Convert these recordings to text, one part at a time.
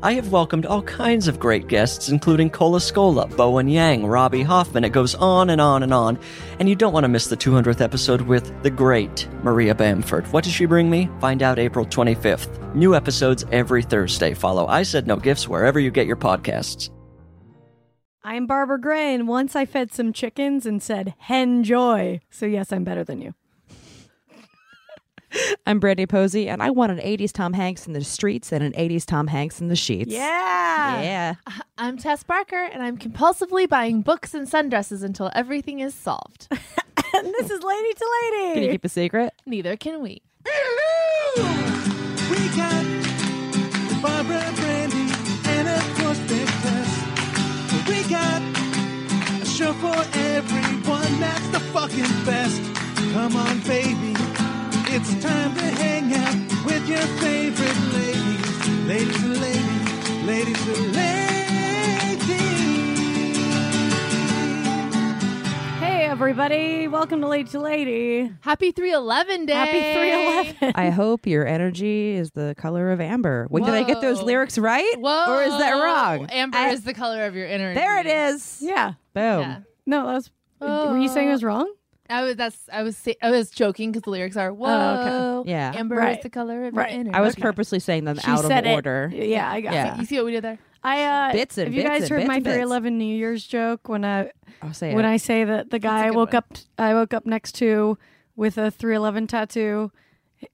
I have welcomed all kinds of great guests, including Cola Scola, Bowen Yang, Robbie Hoffman. It goes on and on and on. And you don't want to miss the 200th episode with the great Maria Bamford. What does she bring me? Find out April 25th. New episodes every Thursday. Follow I Said No Gifts wherever you get your podcasts. I'm Barbara Gray, and once I fed some chickens and said, hen joy. So, yes, I'm better than you. I'm Brandy Posey, and I want an 80s Tom Hanks in the streets and an 80s Tom Hanks in the sheets. Yeah. Yeah. I'm Tess Barker, and I'm compulsively buying books and sundresses until everything is solved. And this is Lady to Lady. Can you keep a secret? Neither can we. We got Barbara Brandy and of course Big Tess. We got a show for everyone that's the fucking best. Come on, baby. It's time to hang out with your favorite ladies. Ladies and ladies, ladies and ladies. hey, everybody. Welcome to Lady to Lady. Happy 311 day. Happy 311. I hope your energy is the color of amber. When did I get those Whoa. lyrics right? Whoa. Or is that wrong? Amber I- is the color of your inner. There it is. Yeah. Boom. Yeah. No, that was. Were you saying it was wrong? I was that's I was say, I was joking because the lyrics are whoa. Oh, okay. Yeah. Amber Right. is the color of Right. your inner. I was purposely saying them out of said it. order. Yeah, I got Yeah. it. You see what we did there? I, uh, Bits and have you bits guys and heard bits my and bits. 311 New Year's joke when uh, I I'll say when it. I say that the guy I good woke one. up I woke up next to with a 311 tattoo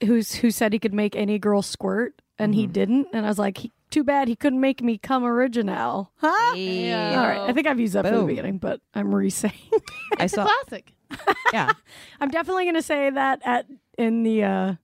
who's who said he could make any girl squirt and Mm-hmm. he didn't and I was like he, too bad he couldn't make me come original. Huh? Yeah. All right, I think I've used that for the Boom. beginning, but I'm re-saying. I saw. Classic. Yeah. I'm definitely going to say that at in the uh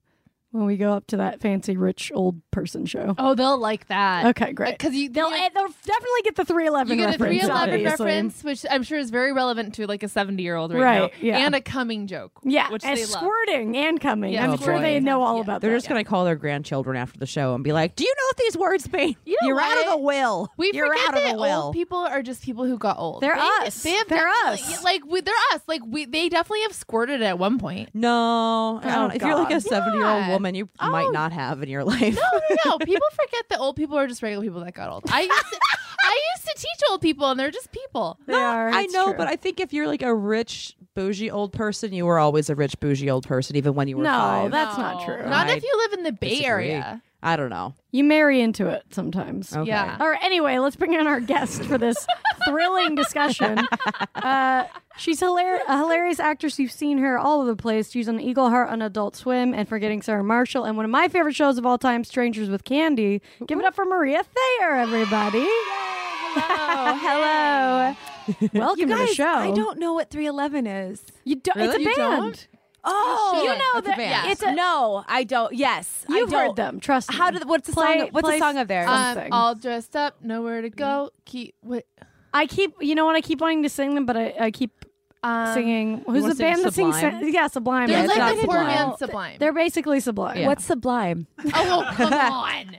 when we go up to that fancy rich old person show. Oh, they'll like that. Okay, great. Because you They'll, eh, you- they'll definitely get the 311 you get a reference. 311 obviously. reference, which I'm sure is very relevant to like a 70 year old right, Right, now, yeah. and a coming joke. Yeah, which and they love. squirting and coming. Yeah, I'm Oh, sure boy. they know all Yeah. about They're that. just going to call their grandchildren after the show and be like, Do you know what these words mean? You know are out what? of the will. We You're forget out of that the will. old people are just people who got old. They're They- us. They have They're definitely- us. Like we, they're us. Like we, they definitely have squirted at one point. No, I Oh, don't, if you're like a God. 70 year old Yeah. Oh. woman, you might not have in your life. No, no, no. people forget that old people are just regular people that got old. I used to, I used to teach old people, and they're just people. They are, I it's know, true. but I think if you're like a rich bougie old person, you were always a rich bougie old person, even when you were No, five. that's not true. Not I if you live in the Bay Disagree. Area. I don't know. you marry into it sometimes. Okay. Yeah. All right. Anyway, let's bring in our guest for this thrilling discussion. Uh, she's hilar- a hilarious actress. You've seen her all over the place. She's on Eagle Heart, on Adult Swim, and Forgetting Sarah Marshall, and one of my favorite shows of all time, Strangers with Candy. Give it up for Maria Thayer, everybody. Oh, hello. Welcome to the show. I don't know what 311 is. You don't. It's Really? a You band. don't? Oh, You know That's a that- band. It's a, no, I don't. Yes, I You've don't. heard them. Trust me. How did? What's the Play- song? What's the play song of theirs? Uh, Um, Something. all dressed up, nowhere to go. Mm-hmm. Keep what? I keep, you know what? I keep wanting to sing them, but I, I keep Um, singing. Who's wanna the band sing that sings? Sublime? yeah, Sublime. They're it's That's not like what the poor Sublime. man sublime. They're basically Sublime. Yeah. What's Sublime? oh, oh, come on.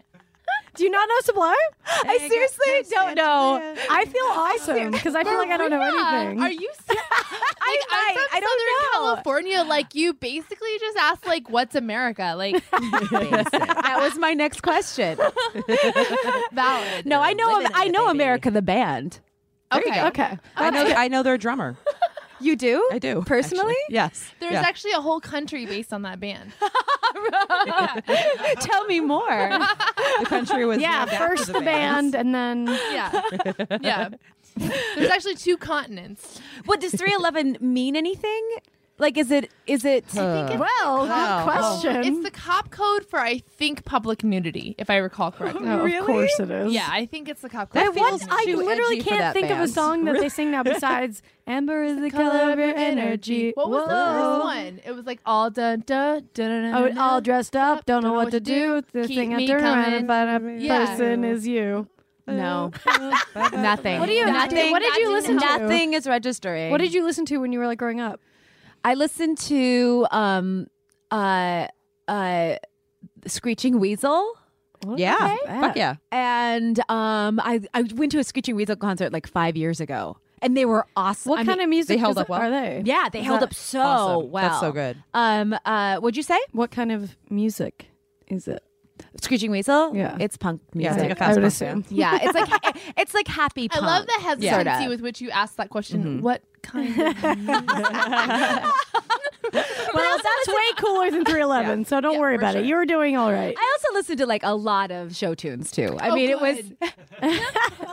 Do you not know Sublime? I seriously don't know. I feel awesome because I feel like I don't know Maria, anything. Are you? Ser- I, might. I don't know. California. Like you basically just asked, like, what's America? Like that was my next question. valid. No, I know. Living I it, know baby. America the band. okay. okay? I know. I know they're a drummer. You do? I do actually. personally. Yes. There's yeah. actually a whole country based on that band. Tell me more. the country was Yeah, named after first the bands. band and then Yeah. yeah. There's actually two continents. what does 311 mean? Anything? Like, is it? Is it? well, good It's question. the cop code for I think public nudity, if I recall correctly. No, Oh, Of course it is. Yeah, I think it's the cop code. I, for want- public I nudity. too literally edgy for can't that think of a band. song that they sing now besides "Amber is the color of your energy." What Whoa. was the first one? It was like all dun dun dun dun. Oh, dun, all dun. dressed up, don't, know what to do. The Keep thing I me turn around and coming. find a Yeah. person is you. No, nothing. What do you- Nothing. what did you listen to? Nothing is registering. What did you listen to when you were like growing up? I listened to um uh uh, Screeching Weasel. yeah. Okay. Fuck yeah. And um, I, I went to a Screeching Weasel concert like five years ago, and they were awesome. What I kind mean, of music they held is- up well? are they? Yeah, they Is held that- up so awesome. well. That's so good. Um, uh, what'd you say? What kind of music is it? Screeching Weasel. Yeah. it's punk Yeah, music. it's like a I fast would punk assume. Yeah, it's like it's like happy. I Punk, love the hesitancy sorta. with which you asked that question. Mm-hmm. What kind of Well, that's way cooler than 311, so don't worry about it. You were doing all right. I also listened to like a lot of show tunes too. I mean, it was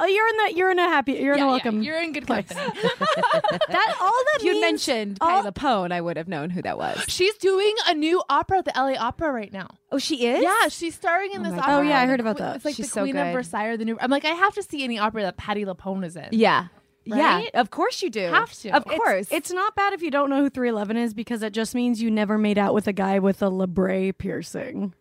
Oh, you're in the you're in a happy you're in a welcome. You're in good company. that all that you means- mentioned all- Patty Lapone. I would have known who that was. She's doing a new opera at the LA Opera right now. Oh, she is. Yeah, she's starring in this opera. Oh, yeah, I The heard about que- that. It's like She's the so Queen of good. Versailles, the new. I'm like, I have to see any opera that Patty LaPone is in. yeah, yeah. Right? Of course you do. Have to. Of It's- course. It's not bad if you don't know who 311 is because it just means you never made out with a guy with a labret piercing.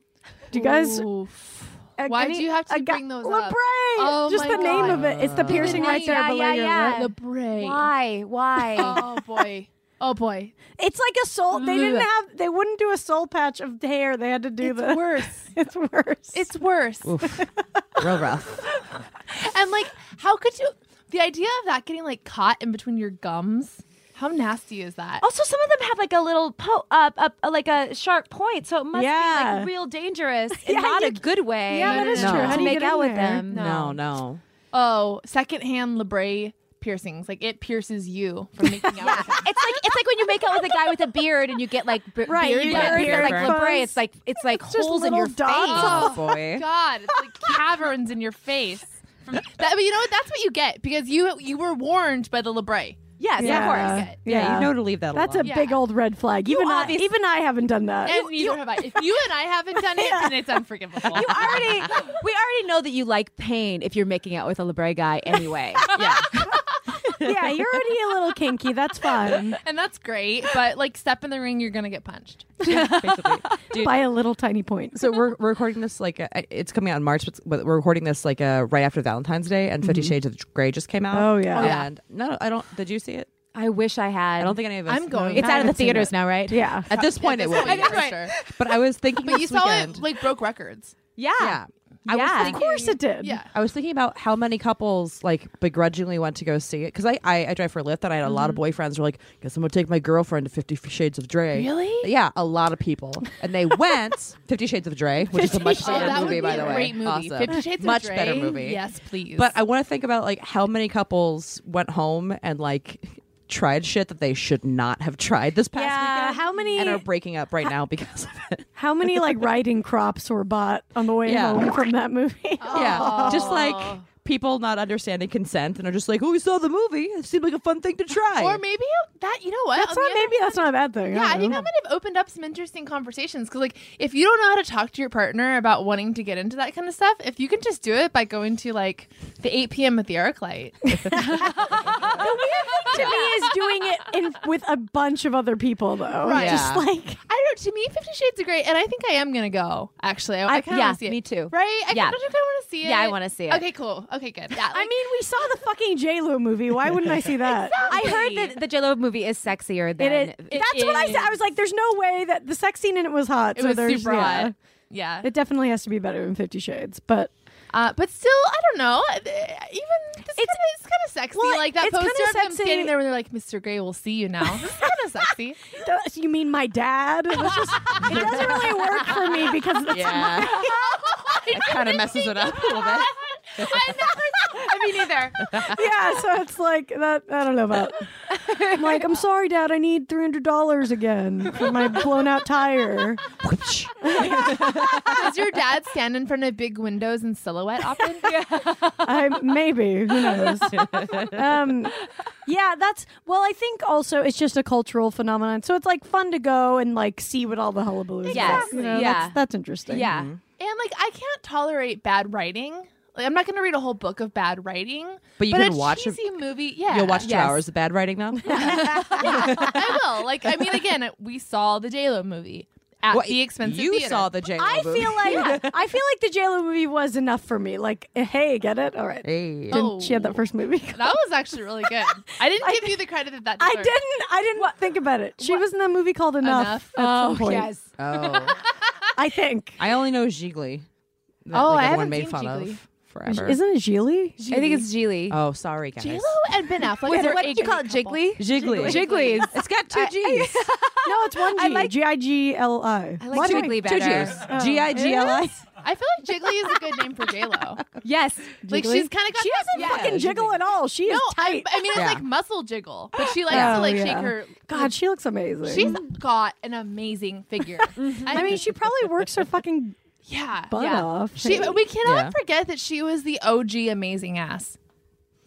Do you guys? Oof. a- Why'd any- you have to a guy- bring those up? labret? Oh just my the name God. of it. It's the piercing right there Yeah, below yeah, your yeah. lip. The brain. why? Why? Oh boy. Oh boy. It's like a soul. They didn't have. They wouldn't do a soul patch of hair. They had to do It's the. worse. It's worse. It's worse. Real rough. And like, how could you? The idea of that getting like caught in between your gums. How nasty is that? Also, some of them have like a little po- uh, uh, like a sharp point, so it must be Yeah. like real dangerous and Yeah, not you a good way. Yeah, that is No. true. How To do you make get out in with there? them. No, no. Oh, secondhand labret piercings. Like it pierces you from making out. Yeah, with them. it's like it's like when you make out with a guy with a beard and you get like b- Right, beard you get burns or, beard like burns. labret. It's like it's like just holes in little your dots face. Oh, boy. God, it's like caverns in your face. From that, but you know what? That's what you get because you you were warned by the labret. Yes, Yeah. of course. Okay. Yeah, you know to leave that That's a alone. Yeah. big old red flag. Even I, obvious- even I haven't done that. And neither have I. If you and I haven't done it, then it's unforgivable. You already we already know that you like pain if you're making out with a labret guy anyway. yeah. yeah, you're already a little kinky. That's fine. And that's great, but like step in the ring, you're gonna get punched. basically. Dude, By a little tiny point. so we're, we're recording this like uh, it's coming out in March, but but we're recording this like uh, right after Valentine's Day, and Fifty Shades of Grey just came out. Mm-hmm. Oh, yeah. Oh, yeah. and no, I don't. Did you see it? I wish I had. I don't think any of us. I'm going. it's out of the haven't seen theaters it. now, right? Yeah. at this point. it will. I Be. for sure. But I was thinking. But you this saw weekend, it like broke records. Yeah. Yeah. I was Yeah. Of course it did. Yeah. I was thinking about how many couples like begrudgingly went to go see it because I, I I drive for Lyft and I had a Mm-hmm. lot of boyfriends who were like, guess I'm gonna take my girlfriend to Fifty Shades of Dre. Really? Yeah, a lot of people, and they went Fifty Shades of Dre, which is a much Oh, better that movie would be by the a way. great movie. Awesome. Fifty Shades of much Grey. better movie. Yes, please. But I want to think about like how many couples went home and like tried shit that they should not have tried this past Yeah, weekend. how many- and are breaking up right now because of it? How many like riding crops were bought on the way Yeah. home from that movie? Yeah, just like people not understanding consent and are just like, "Oh, we saw the movie. It seemed like a fun thing to try." or maybe that you know what? that's On not the other maybe that's not a bad thing. Oh, Yeah, I don't think know. that might have opened up some interesting conversations because, like, if you don't know how to talk to your partner about wanting to get into that kind of stuff, if you can just do it by going to like the 8 p.m. at the ArcLight, to me is doing it in, with a bunch of other people though. Right. Just Yeah. like I don't. know, To me, Fifty Shades of Grey, and I think I am gonna go. Actually, I, I I- kind of yeah, want to see it. me too. Right? I Yeah. kind of want to see it. Yeah, I wanna see it. Okay, cool. Okay, good. Yeah, I mean, we saw the fucking J Lo movie. Why wouldn't I see that? I heard that the JLo movie is sexier It than is- that's what I said. I was like, "There's no way that the sex scene in it was hot." it so was there's, super yeah. hot. Yeah, It definitely has to be better than Fifty Shades, but uh, but still, I don't know. Uh, Even this kinda, it's kind of sexy. well, like that it's poster kinda of him sexy. standing there, when they're like, "Mr. Grey, we'll see you now." It's kind of sexy. Does- you mean my dad? It, was just, it doesn't really work for me because that's Yeah, it kind of messes it up a little bit. I never. I mean, neither. yeah, so it's like that. I don't know about. I'm like, I'm sorry, Dad. I need three hundred dollars again for my blown out tire. Does your dad stand in front of big windows in silhouette often? I maybe who knows. Um, yeah, that's well. I think also it's just a cultural phenomenon, so it's like fun to go and like see what all the hullabaloo is. about, Exactly. you know? Yeah. that's, that's interesting. Yeah. And like, I can't tolerate bad writing. Like, I'm not going to read a whole book of bad writing. But you can a watch a- cheesy movie. Yeah, You'll watch two Yes. hours of bad writing though. I will. Like, I mean, again, we saw the J Lo movie at Well, the expensive You theater. saw the J. I feel like I feel like the J Lo movie was enough for me. Like, eh, hey, get it? All right. Hey. Oh. She had that first movie. That was actually really good. I didn't give you the credit that that I deserved. didn't. I didn't think about it. She was in a movie called Enough. Enough. At some point. Oh, yes. Oh. I think. I only know Gigli. That, Oh, I everyone haven't made seen fun Gigli. of forever. Isn't it Geely? I think it's Geely. oh, sorry guys. J Lo and Ben Affleck. Wait, are what a did you call it? great couple. Jiggly? Jiggly. Jiggly. is- It's got two G's. No, it's one I G. like- G I G L I. I like Jiggly Two better. G's. G I G L I. I feel like Jiggly is a good name for J Lo. Yes. Like Jiggly. she's kind of got She that- doesn't yeah. fucking jiggle at all. She No, is I, tight. I mean it's Yeah. like muscle jiggle, but she likes to Oh, like yeah. shake her. God, she looks amazing. she's got an amazing figure. Mm-hmm. I mean, she probably works her fucking yeah, butt yeah. off. She, we cannot Yeah. forget that she was the OG amazing ass.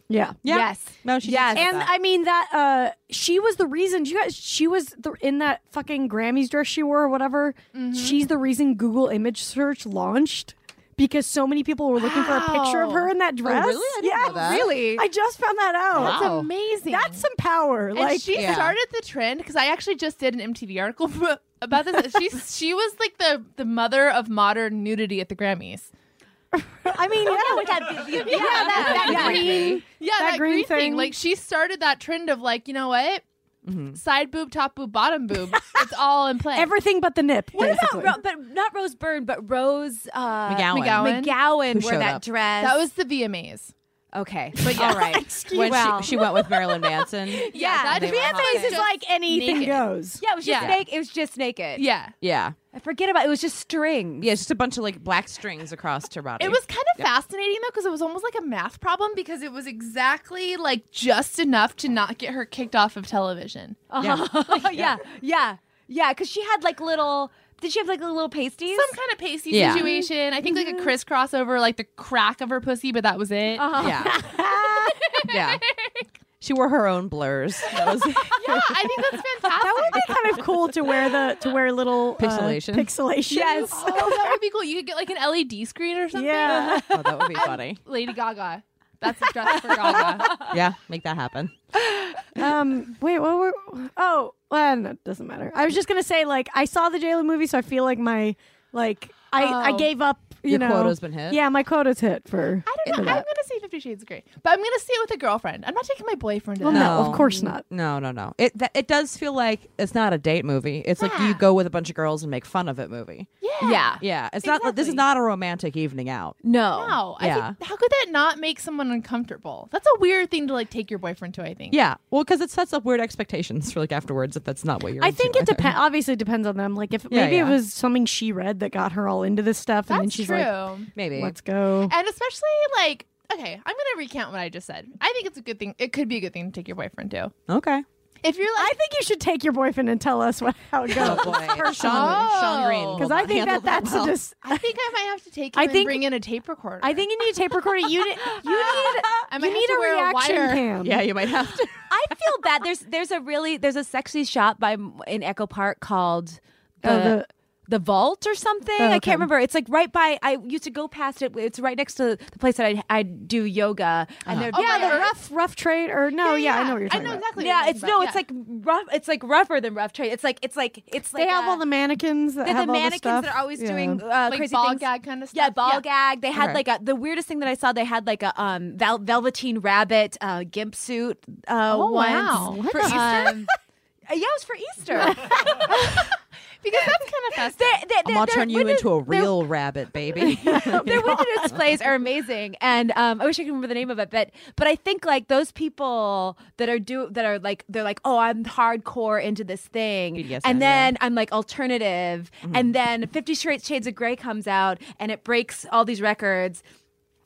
yeah. Yeah. Yes. No, she Yes. didn't say And that. I mean that uh she was the reason you guys she was the, in that fucking Grammys dress she wore or whatever. Mm-hmm. She's the reason Google image search launched because so many people were looking for a picture of Wow. Oh, her in that dress. really? I didn't yeah, know that. really. I just found that out. That's Wow. amazing. That's some power. and like she Yeah. started the trend because I actually just did an MTV article about this. she she was like the the mother of modern nudity at the Grammys. I mean, Oh, yeah, Look at the- yeah, that- that yeah. green. Yeah, That that, green green, thing. thing. Like she started that trend of like, you know what? Mm-hmm. Side boob, top boob, bottom boob. it's all in play. Everything but the nip. What basically. about Ro- but not Rose Byrne, but Rose uh, McGowan. McGowan. McGowan Who wore showed that up. dress. that was the VMAs. okay. But all right. when well. she, she went with Marilyn Manson. Yeah, that they were dress was hot. This is just like anything naked. goes. Yeah, it was just Yeah. naked. It was just naked. Yeah. Yeah. I forget about it. was just string. Yeah, it's just a bunch of like black strings across her body. It was kind of fascinating though, because it was almost like a math problem because it was exactly like just enough to not get her kicked off of television. Yeah. yeah. Yeah. Yeah. Because she had like little. Did she have like little pasties? Some kind of pasty Yeah. situation. I think like Mm-hmm. a crisscross over like the crack of her pussy, but that was it. Uh-huh. Yeah. yeah. She wore her own blurs. That was Yeah, I think that's fantastic. That would be kind of cool to wear the to wear little uh, Pixelation. pixelation. Yes. oh, that would be cool. You could get like an LED screen or something. Yeah. oh, that would be funny. Lady Gaga. That's a dress for Gaga. Yeah, make that happen. Um. Wait. What were? Oh. Well, no, it doesn't matter. I was just gonna say, like, I saw the Jalen movie, so I feel like my, like, I I Oh. gave up. You Your know, quota's been hit? Yeah, my quota's hit for. I don't know. I'm gonna say Fifty Shades of Grey, but I'm gonna see it with a girlfriend. I'm not taking my boyfriend. To Well, that. no, of course not. No, no, no. It that, it does feel like it's not a date movie. It's like you go with a bunch of girls and make fun of it movie. Yeah. yeah. Yeah, it's not not. This is Exactly. not a romantic evening out. No. No. Yeah. I think, how could that not make someone uncomfortable? That's a weird thing to like take your boyfriend to. I think. Yeah, well, because it sets up weird expectations for like afterwards if that's not what you're. I into think it either. depends. Obviously, it depends on them. Like, if Yeah, maybe yeah. it was something she read that got her all into this stuff, and then That's she's true. like, Maybe. "Let's go." and especially like, okay, I'm gonna recount what I just said. I think it's a good thing. It could be a good thing to take your boyfriend to. Okay. If you're I like, think you should take your boyfriend and tell us what, how it goes. Oh boy, Sean, Sean Green. will Because not I think handle that that's well. a dis- I think I might have to take. I Him I think- and bring in a tape recorder. I think you need a tape recorder. You need you need I might you have need to a wear a reaction wire. cam. Yeah, you might have to. I feel bad. There's there's a really there's a sexy shop by in Echo Park called the. Oh, the Oh, the- vault or something i okay. can't remember it's like right by i used to go past it it's right next to the place that i i do yoga and there'd be Yeah, Yeah, the Or- rough rough trade or no? oh, Yeah, I know what you're talking I know about. exactly. what yeah you're it's talking no about. it's like rough it's like rougher than rough trade it's like it's like it's like they have a- all the mannequins that they're have the all mannequins stuff. that are always Yeah. doing uh, Like crazy ball things. gag kinda Yeah, stuff? ball Yeah. gag. They had Okay. like a the weirdest thing that I saw. They had like a um vel- velveteen rabbit uh, gimp suit. Uh, Oh, once. wow. What For the- Easter. Um, yeah, it was for Easter. because that's kind of festive. They're- they're- I'm gonna they're- turn you windows- into a real rabbit, baby. Their, their window displays are amazing, and um, I wish I could remember the name of it, but but I think like those people that are do that are like they're like, oh, I'm hardcore into this thing, BDSM, and then I'm like alternative, Mm-hmm. and then Fifty Straight Shades of Grey comes out, and it breaks all these records,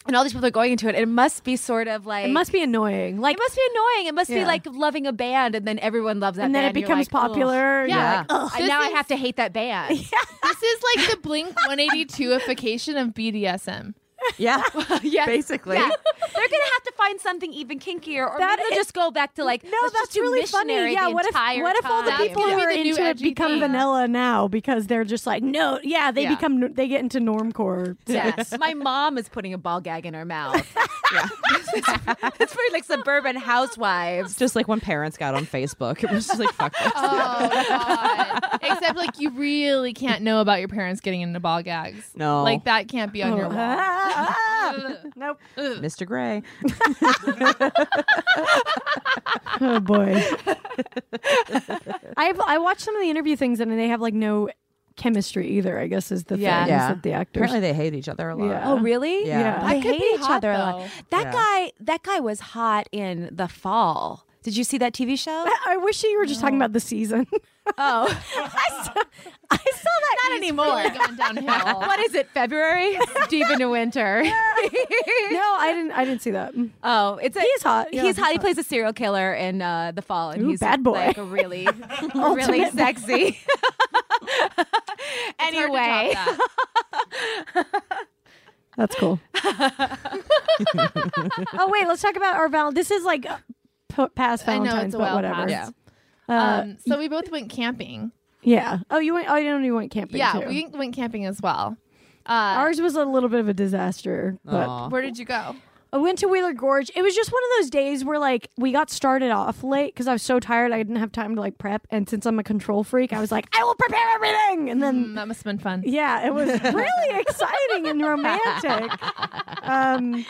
and all these people are going into it. And it must be sort of like It must be annoying. Like it must be annoying. It must be Yeah. like loving a band, and then everyone loves that, and then it band, you're becomes like, ugh. popular. and you're Yeah. like, oh. "Ugh." And This now I is- have to hate that band. This is like the Blink 182ification of BDSM. yeah. Yeah. Basically. Yeah. They're gonna have to find something even kinkier, or That maybe they'll is- just go back to like No, let's just that's do really missionary funny. Yeah, the what if entire what if all the time. people gonna who be are the new into it edgy become thing. vanilla now because they're just like no, yeah, they Yeah. become they get into normcore. Yes, my mom is putting a ball gag in her mouth. yeah, it's for like suburban housewives. Just like when parents got on Facebook, it was just like fuck. This. Oh god! Except like you really can't know about your parents getting into ball gags. No. like that can't be on Oh. your wall. Ah, nope. Mr. Gray. Oh boy. I've I watched some of the interview things and they have like no chemistry either. I guess is the Yeah. thing Yeah. is that the actors. Apparently, they hate each other a lot. Yeah. Oh really? Yeah. Yeah. They That could hate be each hot, other a lot. though. That Yeah. guy that guy was hot in the fall. Did you see that TV show? I wish you were just talking about the season. oh. I saw, I saw that Not Really going downhill. what is it? February? Deep into winter. no, I didn't. I didn't see that. Oh, it's a, He's hot. Yeah, he's he's hot. He plays a serial killer in uh, The Fall, and Ooh, he's bad boy. like a really, really Ultimate sexy. anyway, That's cool. oh wait, let's talk about our val. This is like uh, p- past I know, Valentine's, it's a but while whatever. Yeah. past. Uh, um, so we both went camping. yeah. Oh, you went. Oh, you only went camping. Yeah, too. we went camping as well. Uh, Ours was a little bit of a disaster, but Aw. where did you go? I went to Wheeler Gorge. It was just one of those days where like we got started off late because I was so tired I didn't have time to like prep. And since I'm a control freak, I was like, I will prepare everything. And then Mm, that must have been fun. yeah, it was really exciting and romantic. Um,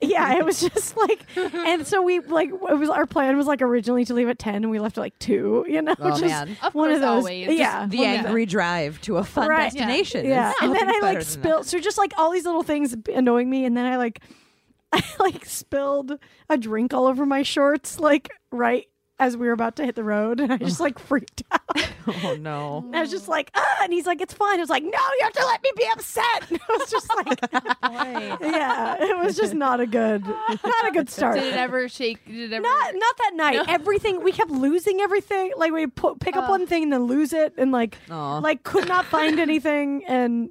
yeah, it was just like, and so we like it was our plan was like originally to leave at ten and we left at like two. You know, Oh, just man. Of one of course, those. always. Just Yeah, The Well, yeah. angry drive to a fun Right. Yeah. destination. yeah, It's and then nothing I like better than spilled. So just like all these little things b- annoying me, and then I like, I like spilled a drink all over my shorts, like right as we were about to hit the road, and I just like freaked out. that. Oh no. And I was just like, ah, and he's like, it's fine. I was like, no, you have to let me be upset. And I was just like, yeah, it was just not a good, not a good start. Did it ever shake? Did it ever? not not that night. Everything we kept losing everything. Like we pu- pick up one thing and then lose it, and like Aw. like could not find anything. And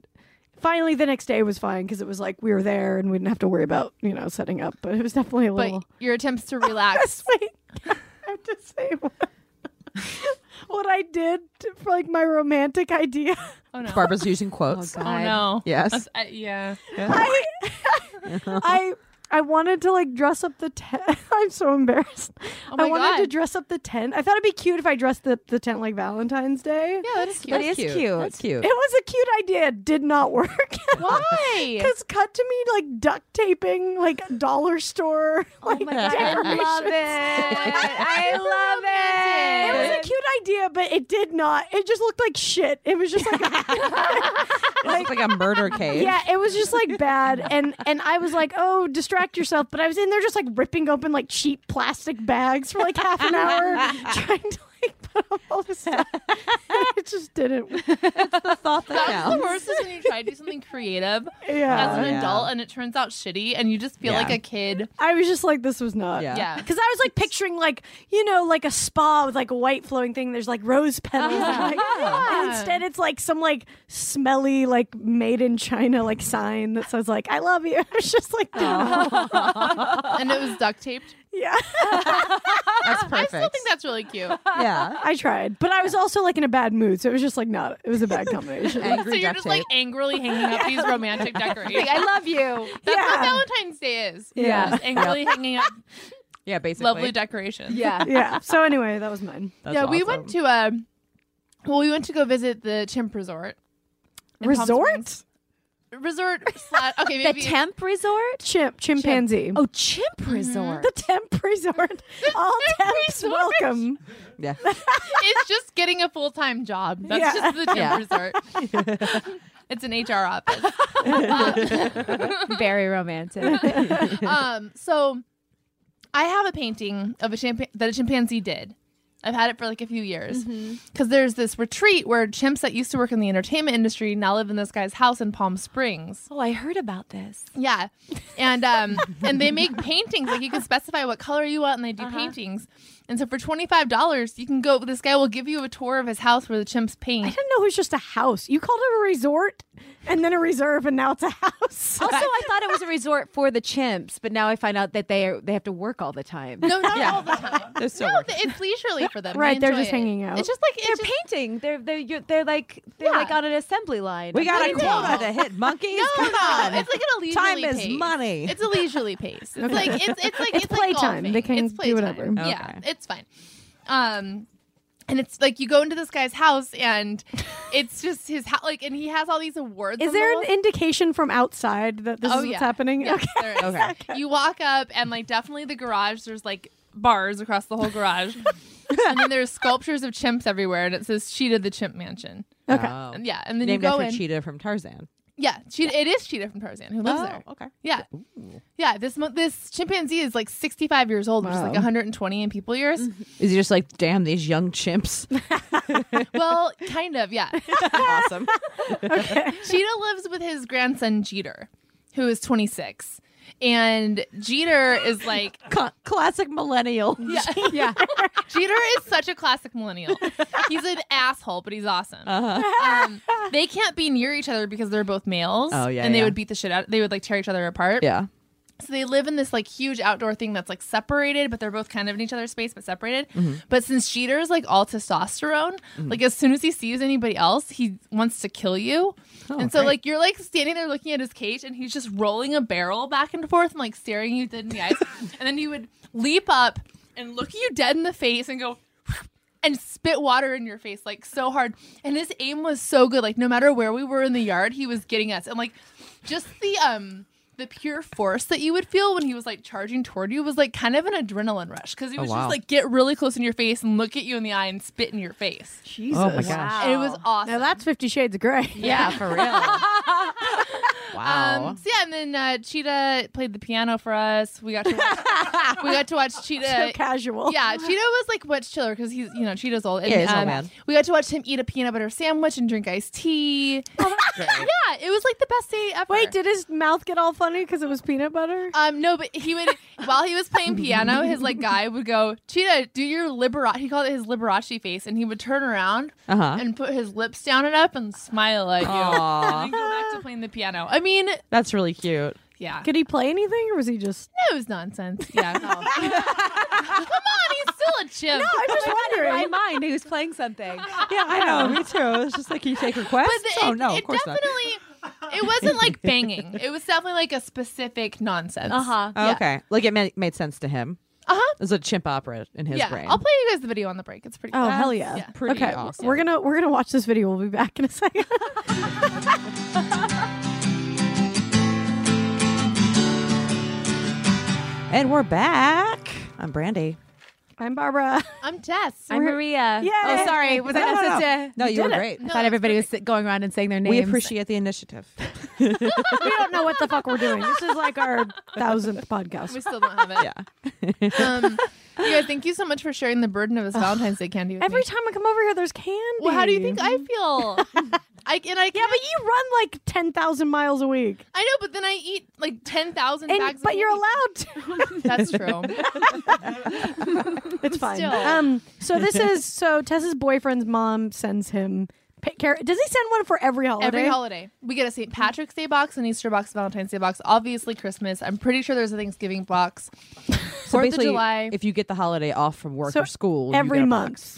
finally, the next day was fine because it was like we were there and we didn't have to worry about you know setting up. But it was definitely a but little. your attempts to relax. Wait, I have to say what, what I did to- for like my romantic idea. oh no! Barbara's using quotes. Oh no! Yes. That's- I- yeah. I, I I wanted to like dress up the tent. I'm so embarrassed. Oh I my wanted to God. dress up the tent. I thought it'd be cute if I dressed the, the tent like Valentine's Day. Yeah, that is cute. That is cute. That's cute. It was a cute idea. It did not work. Why? Because cut to me like duct taping, like dollar store, Oh like I decorations. love it. I It love it. was a cute idea, but it did not. It just looked like shit. It was just like, It's like a murder case. yeah, it was just like bad. And and I was like, oh, distract yourself. But I was in there just like ripping open like cheap plastic bags for like half an hour, trying to like put up all this stuff. it just didn't. The thought that That's the counts. worst is when you try to do something creative as Yeah, an Yeah. adult and it turns out shitty, and you just feel Yeah. like a kid. I was just like, this was not. Yeah. Yeah. Because I was like picturing like you know like a spa with like a white flowing thing. There's like rose petals. and, like- and instead, it's like some like smelly like made in China like sign that says like I love you. I was just like, and it was duct taped. yeah, That's I perfect. still think that's really cute. yeah. I tried, but I was also like in a bad mood, so it was just like not. It was a bad combination. so Angry you're duct just like tape. angrily hanging up these romantic decorations. I love you. That's what Yeah. Valentine's Day is. Yeah. Just angrily hanging up yeah, basically. lovely decorations. Yeah. yeah. So anyway, that was mine. That's yeah, we awesome. went to a. Well, we went to go visit the Chimp Resort. in Palm Resort Springs. Resort slash. Okay, The maybe. temp resort? chimp chimpanzee. Oh, chimp resort. The temp resort. All temps resort. welcome. Yeah. it's just getting a full time job. That's Yeah. just the temp Yeah. resort. it's an HR office. Very romantic. um, so I have a painting of a chimp that a chimpanzee did. I've had it for like a few years because there's this retreat where chimps that used to work in the entertainment industry now live in this guy's house in Palm Springs. oh, I heard about this. Yeah, and um, and they make paintings. Like you can specify what color you want, and they do paintings. And so for twenty five dollars, you can go. This guy will give you a tour of his house where the chimps I paint. didn't know it was just a house. You called it a resort and then a reserve, and now it's a house. Also, I thought it was a resort for the chimps, but now I find out that they are, they have to work all the time. No, not all the time. They're still No, it's leisurely for them. They Right, they're enjoy just it. hanging out. It's just like it's They're just- painting. They're they're you're, they're like they're Yeah. like on an assembly line. We got a What do you quota know? to hit monkeys. No, Come no, on. It's like an leisurely Time is pace. money. It's a leisurely pace. It's like it's it's like It's it's, playtime. Like golfing. They can it's do playtime. whatever. Yeah, it's fine. Um, and it's like you go into this guy's house and it's just his house. Like, and he has all these awards. Is on there the an wall. indication from outside that this is what's happening? Yes, Okay. there is. Okay. You walk up and like definitely the garage. There's like bars across the whole garage, and then there's sculptures of chimps everywhere, and it says Cheetah the Chimp Mansion. Okay. Oh. And yeah, and then Named you go after in. Cheetah from Tarzan. Oh, Yeah, Cheetah. It is Cheetah from Tarzan who Oh, lives there. okay. Yeah, yeah. This mo- this chimpanzee is like 65 years old, which is Wow. like 120 in people years. Is he just like, damn these young chimps? well, kind of. Yeah, awesome. Cheetah lives with his grandson Jeter, who is 26, and Jeter is like Cla- classic millennial. Yeah. yeah. Jeter is such a classic millennial. He's an asshole, but he's awesome. Um, they can't be near each other because they're both males. Uh-huh. Oh, yeah, and they yeah. would beat the shit out. They would like tear each other apart. Yeah. So they live in this like huge outdoor thing that's like separated, but they're both kind of in each other's space, but separated. But since Jeter's like all testosterone, like as soon as he sees anybody else, he wants to kill you. and so great. like you're like standing there looking at his cage, and he's just rolling a barrel back and forth and like staring you dead in the eyes. and then he would leap up and look you dead in the face and go. And spit water in your face like so hard, and his aim was so good. Like no matter where we were in the yard, he was getting us. And like just the um the pure force that you would feel when he was like charging toward you was like kind of an adrenaline rush because he was Oh, wow. just like get really close in your face and look at you in the eye and spit in your face. Jesus. Oh my God. Wow. And it was awesome. Now that's Fifty Shades of Grey. yeah. for real. wow. Um, so yeah, and then uh, Cheetah played the piano for us. We got to watch, we got to watch so Cheetah. casual. Yeah, Cheetah was like much chiller because he's you know Cheetah's old. And, um, Yeah, he's an old man. We got to watch him eat a peanut butter sandwich and drink iced tea. yeah, it was like the best day ever. Oh, Wait, did his mouth get all funny because it was peanut butter? Um, no, but he would while he was playing piano, his like guy would go, Cheetah, do your Liberace. He called it his Liberace face, and he would turn around Uh-huh. and put his lips down and up and smile at you, Aw. and then go back to playing the piano. I mean, That's really cute. yeah, Could he play anything, or was he just? it was nonsense. Yeah, come on, he's still a chimp. I'm just wondering. I mind he was playing something. Yeah, I know. Me too. It's just like you take requests. But the- oh it- no, it of course not. definitely. It wasn't like banging. It was definitely like a specific nonsense. Uh huh. Oh, Okay, like it made, made sense to him. Uh huh. It was a chimp opera in his Yeah. brain. I'll play you guys the video on the break. It's pretty. Oh cool. hell yeah! Pretty okay, awesome. we're gonna we're gonna watch this video. We'll be back in a second. and we're back. I'm Brandy. I'm Barbara. I'm Jess. I'm Maria. Yay. Oh, sorry. Was I not supposed to? No, you were great. I thought everybody was sit- going around and saying their names. We appreciate the initiative. we don't know what the fuck we're doing. This is like our thousandth We podcast. still don't have it. um, you guys, thank you so much for sharing the burden of this Valentine's Day candy with Every me. time I come over here, there's candy. Well, how do you think I feel? I and I Yeah, can't- but you run like ten thousand miles a week, I know, but then I eat like ten thousand and bags. but of you're candy. allowed to. That's true. it's fine. Still. Um, so this is so Tess's boyfriend's mom sends him. pa- Car- Does he send one for every holiday? Every holiday, we get a St. Patrick's Day box, an Easter box, Valentine's Day box. Obviously, Christmas. I'm pretty sure there's a Thanksgiving box. So Fourth of basically, July. if you get the holiday off from work So or school, you every get a box.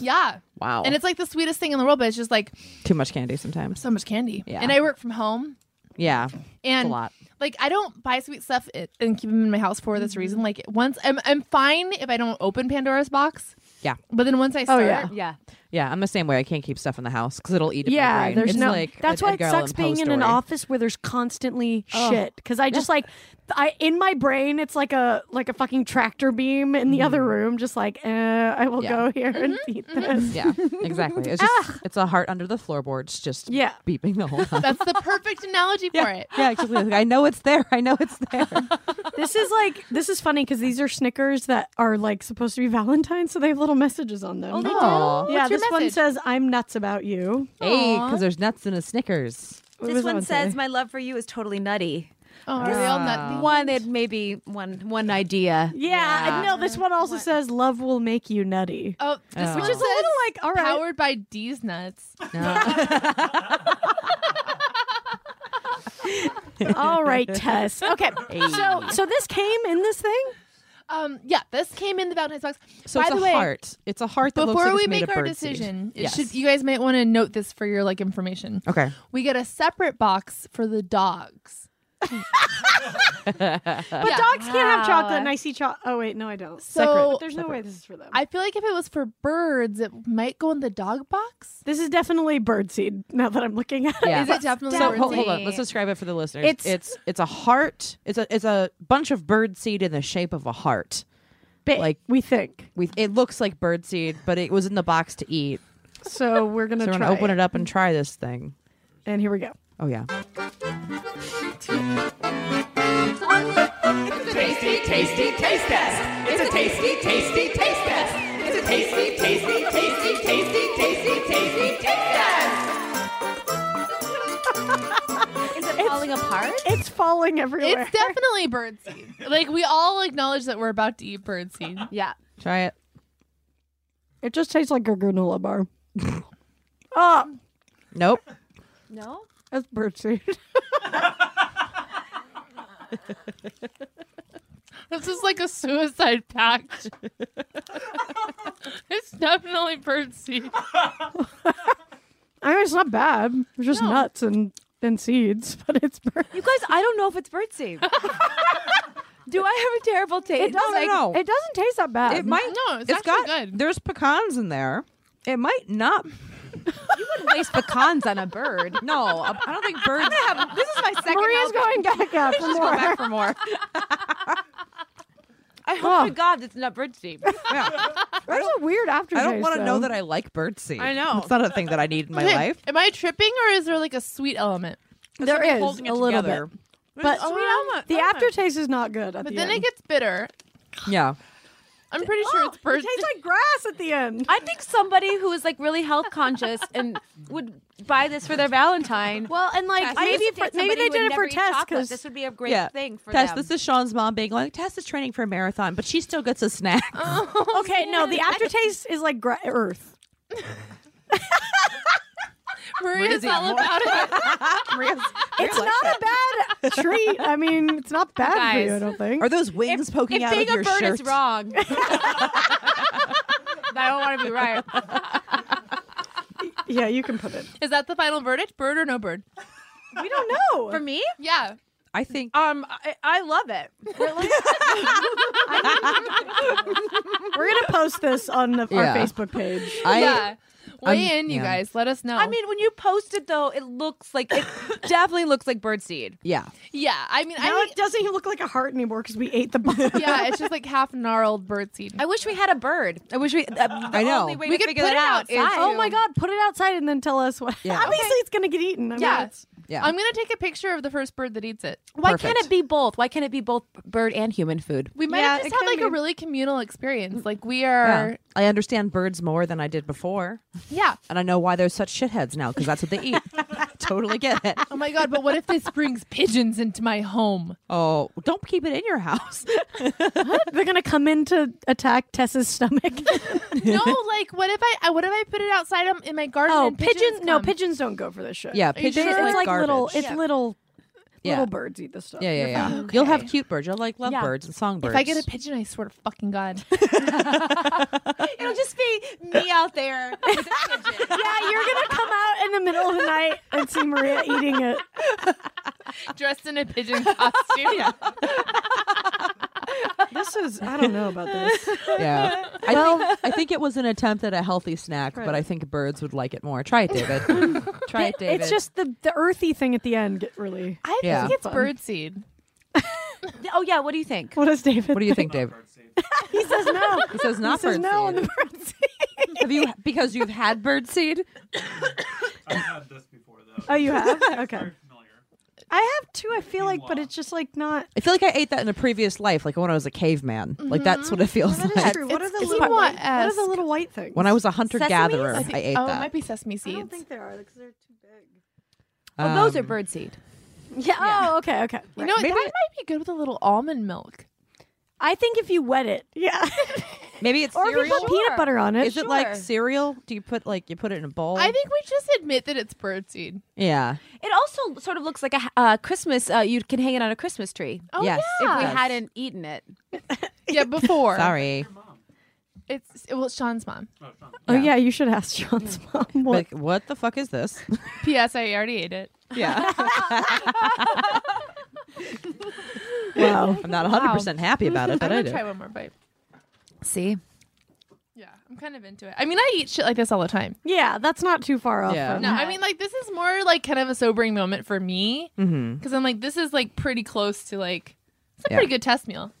month. Yeah. Wow. And it's like the sweetest thing in the world, but it's just like too much candy sometimes. so much candy. Yeah. And I work from home, Yeah, it's and a lot. like I don't buy sweet stuff i- and keep them in my house for this reason. Like once I'm I'm fine if I don't open Pandora's box. Yeah. But then once I start, yeah. Yeah. Yeah, I'm the same way. I can't keep stuff in the house because it'll eat. at my Yeah, brain. there's It's no. Like that's an why it Edgar sucks Allan Poe being in an story. office where there's constantly shit. Because I just like, I in my brain it's like a like a fucking tractor beam in the other room. Just like, uh, I will Mm-hmm. go Yeah. Mm-hmm. here and eat this. Yeah, exactly. It's just it's a heart under the floorboards, just Ah. Yeah. beeping the whole time. That's the perfect analogy for yeah, it. yeah, exactly. Like, I know it's there. I know it's there. This is like this is funny because these are Snickers that are like supposed to be Valentine's, so they have little messages on Oh, them. yeah, Aw. What's your this one message? says, "I'm nuts about you." Hey, because there's nuts in a Snickers. What this was that one says, say? "My love for you is totally nutty." Oh, are they all nutty? One, they had maybe one one idea. yeah, Yeah. no, this one also says, "Love will make you nutty." Oh, this Oh. one Which is It's a little like, all right, powered by D's nuts. all right, Tess. Okay, so so this came in this thing. Um, yeah, this came in the Valentine's box. So by it's the a way, heart. It's a heart that looks before like we it's made make of our birdseed. decision, it Yes. Oh. should you guys might want to note this for your like information. Okay. We get a separate box for the dogs. But dogs can't have chocolate, Wow. and I see chocolate. Oh wait, no, I don't. So There's no way this is for them. I feel like if it was for birds, it might go in the dog box. this is definitely birdseed. Now that I'm looking at it, Yeah. Is it definitely so birds? hold, hold on. Let's describe it for the listeners. It's It's- it's it's a heart. It's a it's a bunch of birdseed in the shape of a heart. But like- we think. We it looks like birdseed, but it was in the box to eat. So we're gonna So we're try gonna open it up and try this thing. And here we go. Oh yeah. Tasty, tasty, taste test. It's a tasty, tasty, taste test. It's a tasty, tasty, tasty, tasty, tasty, tasty, taste test. Is it falling apart? It's falling everywhere. It's definitely birdseed. Like we all acknowledge that we're about to eat birdseed. Yeah. Try it. it just tastes like a granola bar. oh, Nope. Uh, No. that's birdseed. This is like a suicide pact. it's definitely birdseed. I mean, it's not bad. It's just nuts and and seeds, but it's bird. You guys, I don't know if it's birdseed. Do I have a terrible taste? It doesn't- Like, No. It doesn't taste that bad. It might. No, it's actually got. good. There's pecans in there. It might not. waste pecans on a bird. No, I I don't think birds. This is my second. Maria's mouth- going back up for more. back for more. I hope Oh. to God it's not birdseed. Yeah. That's a weird aftertaste. I don't want to though. know that I like birdseed. I know. It's not a thing that I need in my Okay, life. Am I tripping or is there like a sweet element? there is holding it a little together. bit, but almond. the aftertaste is not good. At But the then end. it gets bitter. Yeah. I'm pretty sure it's it birdseed. tastes like grass at the end. I think somebody who is like really health conscious and would buy this for their Valentine. Well, and like I maybe just for, date maybe somebody who they would did it never for eat test chocolate. because this would be a great thing for Tess, them. this is Sean's mom being like, Tess is training for a marathon, but she still gets a snack. okay, no, the aftertaste is like gra- earth. Maria's all about it. It's not a bad treat. I mean, it's not bad for you. I Guys. don't think. Are those wings if poking out being a of your bird shirt? is wrong, I don't want to be right. yeah, you can put it. Is that the final verdict? Bird or no bird? We don't know. For me, Yeah. I think um, I, I love it. We're gonna post this on the, Yeah. our Facebook page. I yeah. Weigh I'm- in, you yeah. guys. Let us know. I mean, when you post it though, it looks like it definitely looks like birdseed. yeah. yeah. I mean, Now I it doesn't even look like a heart anymore because we ate the bun. yeah, it's just like half gnarled birdseed. I wish we had a bird. I wish we. Uh, the I know. Only way We to could figure put that it out is- outside. oh my god, put it outside and then tell us what. Yeah. Obviously, it's gonna get eaten. I mean, Yeah. it's- Yeah. I'm gonna take a picture of the first bird that eats it. Why Perfect. can't it be both? Why can't it be both bird and human food? We might Yeah, have it just had can like be. a really communal experience. Like we Yeah. are, I understand birds more than I did before. yeah. And I know why they're such shitheads now, because that's what they eat. totally get it. Oh my god! But what if this brings pigeons into my home? Oh, don't keep it in your house. They're gonna come in to attack Tessa's stomach. No, like what if I? I- What if I put it outside um, in my garden? oh, and pigeons! pigeons. No, come? pigeons don't go for this shit. Yeah, you pigeons sure? it's It's like, like, little. garbage. It's little. Yeah. Little birds eat this stuff. Yeah, yeah, yeah. You'll have cute birds. You'll like love Yeah. birds and songbirds. If I get a pigeon, I swear to fucking god. It'll just be me out there. Yeah, you're gonna come out in the middle of the night and see Maria eating it. dressed in a pigeon costume. This is I don't know about this. yeah. I, think, I think it was an attempt at a healthy snack, but I think birds would like it more. Try it, David. Try it, David. It's just the the earthy thing at the end get really. I think Yeah. it's Fun. birdseed. oh yeah, what do you think? What does David? What do you think, David? He says no. He says he not says birdseed. no on the birdseed. Have you because you've had birdseed? I've had this before though. Oh, you have? Okay. Very familiar. I have two. I feel like, but it's just like not. I feel like I ate that in a previous life, like when I was a caveman. Like that's what it feels Mm-hmm. That is like. true. What are it's- the it's little? White, quinoa what are the esque. little white things? When I was a hunter gatherer, I, Sesames? ate oh, that. it might be sesame seeds. I don't think there are because they're too big. Oh, those are Um, birdseed. Yeah. Oh, okay, okay. you know, that might be good with a little almond milk. I think if you wet it, yeah, Maybe it's or if you cereal. put peanut butter on it, Is it like Sure. cereal? Do you put like you put it in a bowl? Oh. I think we just admit that it's birdseed. yeah. It also sort of looks like a uh, Christmas. Uh, you can hang it on a Christmas tree. Oh, yes. If we Yes. hadn't eaten it, Yeah, before. Sorry. It's well, it's Sean's mom. Oh, it's not- Oh yeah, you should ask Sean's mom. What? Mm. Like what the fuck is this? P.S. I already ate it. yeah. wow. I'm not 100 percent happy about it, I'm but I gonna do. try one more bite. see, Yeah, I'm kind of into it. I mean, I eat shit like this all the time. Yeah, that's not too far off. Yeah. from- No, I mean, like this is more like kind of a sobering moment for me Mm-hmm. because I'm like, this is like pretty close to like it's a Yeah. pretty good test meal.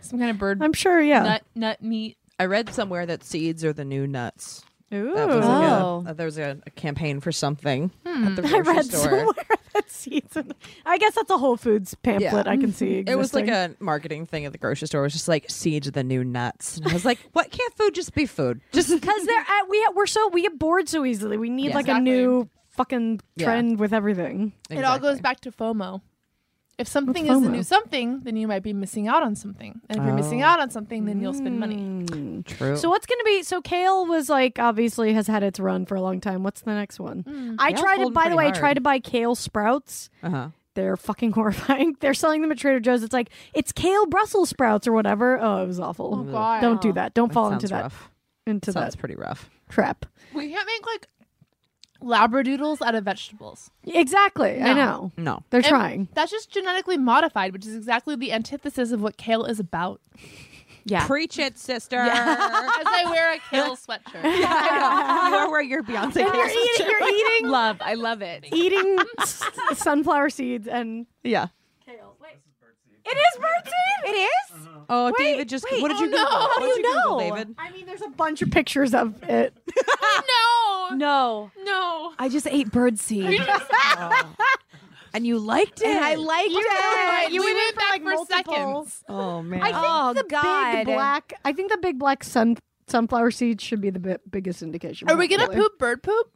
Some kind of bird I'm sure. Yeah. nut nut meat. I read somewhere that seeds are the new nuts. Ooh. That was like a- Oh. uh, there was a, a campaign for something at the I grocery read store. somewhere that season. I guess that's a Whole Foods pamphlet I can see. It was like existing. a marketing thing at the grocery store. It was just like siege of the new nuts. And I was like, what can't food just be food? Just because they're at, we we're so we get bored so easily. We need Yeah. like Exactly. a new fucking Yeah. trend with everything. It all goes Exactly. back to FOMO. If something What's is the FOMO? Oh. new something, then you might be missing out on something. And if you're missing out on something, then you'll spend money. Mm. True. So what's gonna be? So kale was like obviously has had its run for a long time. What's the next one? Mm. I Kale's tried to. holding By the pretty way, I hard. tried to buy kale sprouts. uh-huh. They're fucking horrifying. They're selling them at Trader Joe's. It's like it's kale Brussels sprouts or whatever. Oh, it was awful. Oh, God. Don't do that. Don't fall into sounds that Rough. into sounds that pretty rough. trap. We can't make like labradoodles out of vegetables. Exactly. I No. know. No. They're And trying. That's just genetically modified, which is exactly the antithesis of what kale is about. Yeah. Preach it, sister. As I wear a kale sweatshirt. you are where your Beyonce And you're eating. You're eating. Love. I love it. eating s- sunflower seeds and Yeah. It is birdseed. It is. Oh, David just. wait, what did oh you no, Google? how What do did you know? Google, David? I mean, there's a bunch of pictures of it. no. No, No. I just ate birdseed And you liked it. and I liked Oh it. we went back for multiple- seconds. oh man. I think Oh, the God. big black. I think the big black sun sunflower seeds should be the bi- biggest indication. Are we gonna probably. poop bird poop?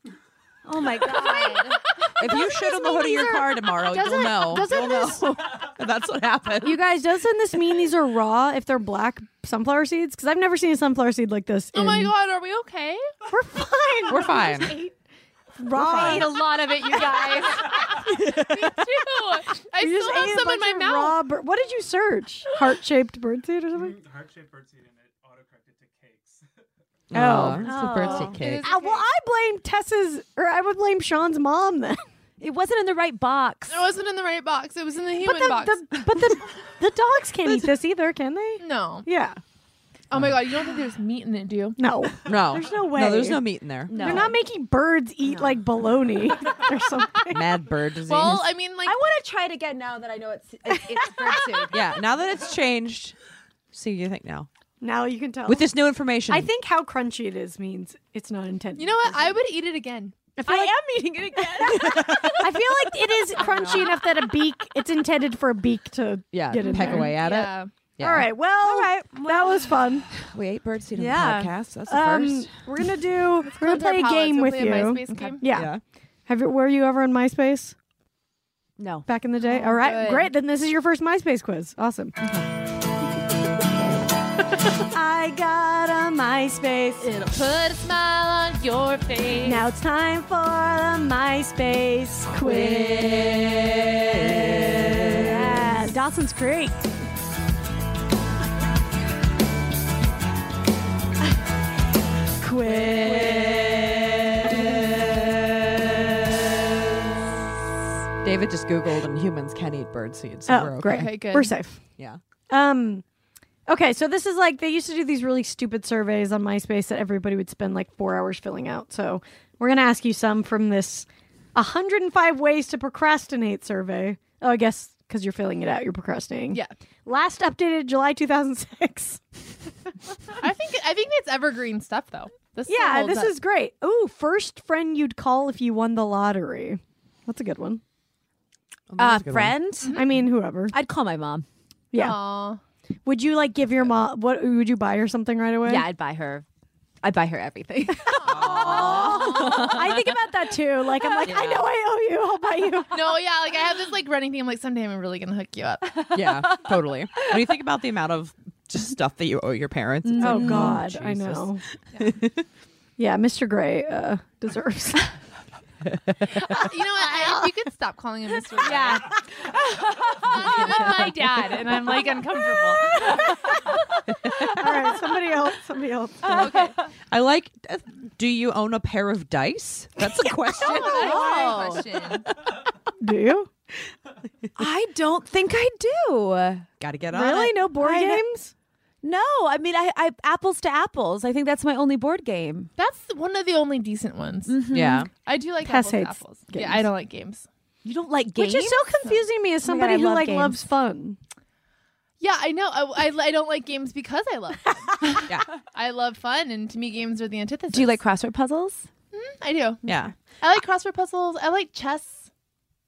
Oh my god. if you shit on the hood of your car tomorrow, you'll know. Doesn't this, That's what happened. you guys? Doesn't this mean these are raw if they're black sunflower seeds? Because I've never seen a sunflower seed like this. Oh my in- god, are we okay? we're fine. We're fine. raw. I ate a lot of it, you guys. Ew. I You just still have ate a some bunch in my of mouth. raw bir- what did you search? Heart shaped bird seed or something? Heart shaped birdseed and it autocorrected to cakes. Oh, Oh. it's a birthday It cake. is Ah, well, I blame Tessa's, or I would blame Sean's mom then. It wasn't in the right box. It wasn't in the right box. It was in the But human the, box. the but the the dogs can't eat this either, can they? no. Yeah. Oh my god, you don't think there's meat in it, do you? No. No, There's no No, there's way. no meat in there. No. They're not making birds eat like bologna or something. Mad bird disease. Well, I mean, like, I want to try it again now that I know it's it's, it's birdseed. yeah. Now that it's changed, see you think now Now you can tell. with this new information. I think how crunchy it is means it's not intended. you know what? I would eat it again. I feel, like, am eating it again. I feel like it is crunchy enough that a beak, it's intended for a beak to Yeah, get in peck there. away at it. yeah. Yeah. All right. Well, All right, that was fun. we ate bird seed on Yeah. the podcast. That's the Um, first. we're gonna do. We're gonna Contact play a pilots. game We'll with play you. a MySpace game. Yeah. Have you? Were you ever on MySpace No. back in the day? All right. good. Great. Then this is your first MySpace quiz. Awesome. I got a MySpace. It'll put a smile on your face. Now it's time for the MySpace quiz. Yeah, Dawson's Creek. David just Googled and humans can eat bird seed. So Oh, we're okay. great. Okay, good. We're safe. Yeah. Um, okay, so this is like they used to do these really stupid surveys on MySpace that everybody would spend like four hours filling out. So we're gonna ask you some from this 105 ways to procrastinate survey. Oh, I guess because you're filling it out, you're procrastinating. Yeah. Last updated July 2006. I think I think it's evergreen stuff though. This still yeah, holds this up. is great. Ooh, first friend you'd call if you won the lottery. That's a good one. Oh, that Uh, was a good one. friend, I mean, whoever. I'd call my mom. Yeah. Aw. Would you like give your mom what? Would you buy her something right away? Yeah, I'd buy her. I'd buy her everything. I think about that too. Like I'm like, I know I owe you. I'll buy you. No, yeah, like I have this like running thing. I'm like, someday I'm really gonna hook you up. Yeah, totally. When you think about the amount of just stuff that you owe your parents, it's Oh like, God, I Jesus. know. Yeah, Mr. Gray uh, deserves. you know what? I, you could stop calling him Mr. Ray. yeah. my dad, and I'm like uncomfortable. All right, somebody else. Somebody else. I like. uh, do you own a pair of dice? That's a question. Oh, that's a great question. Do you I don't think I do. Got to get on. really it. no board I know. games? No, I mean, I, I apples to apples. I think that's my only board game. That's one of the only decent ones. Yeah. Mm-hmm. I do like Tess apples. to hates apples. games. Yeah, I don't like games. You don't like games? Oh Which is so confusing me as my somebody God, I who love like games. loves fun. Yeah, I know. I, I, I don't like games because I love. Fun. Yeah. I love fun, and to me, games are the antithesis. Do you like crossword puzzles? I do. Yeah. I like crossword puzzles. I like chess.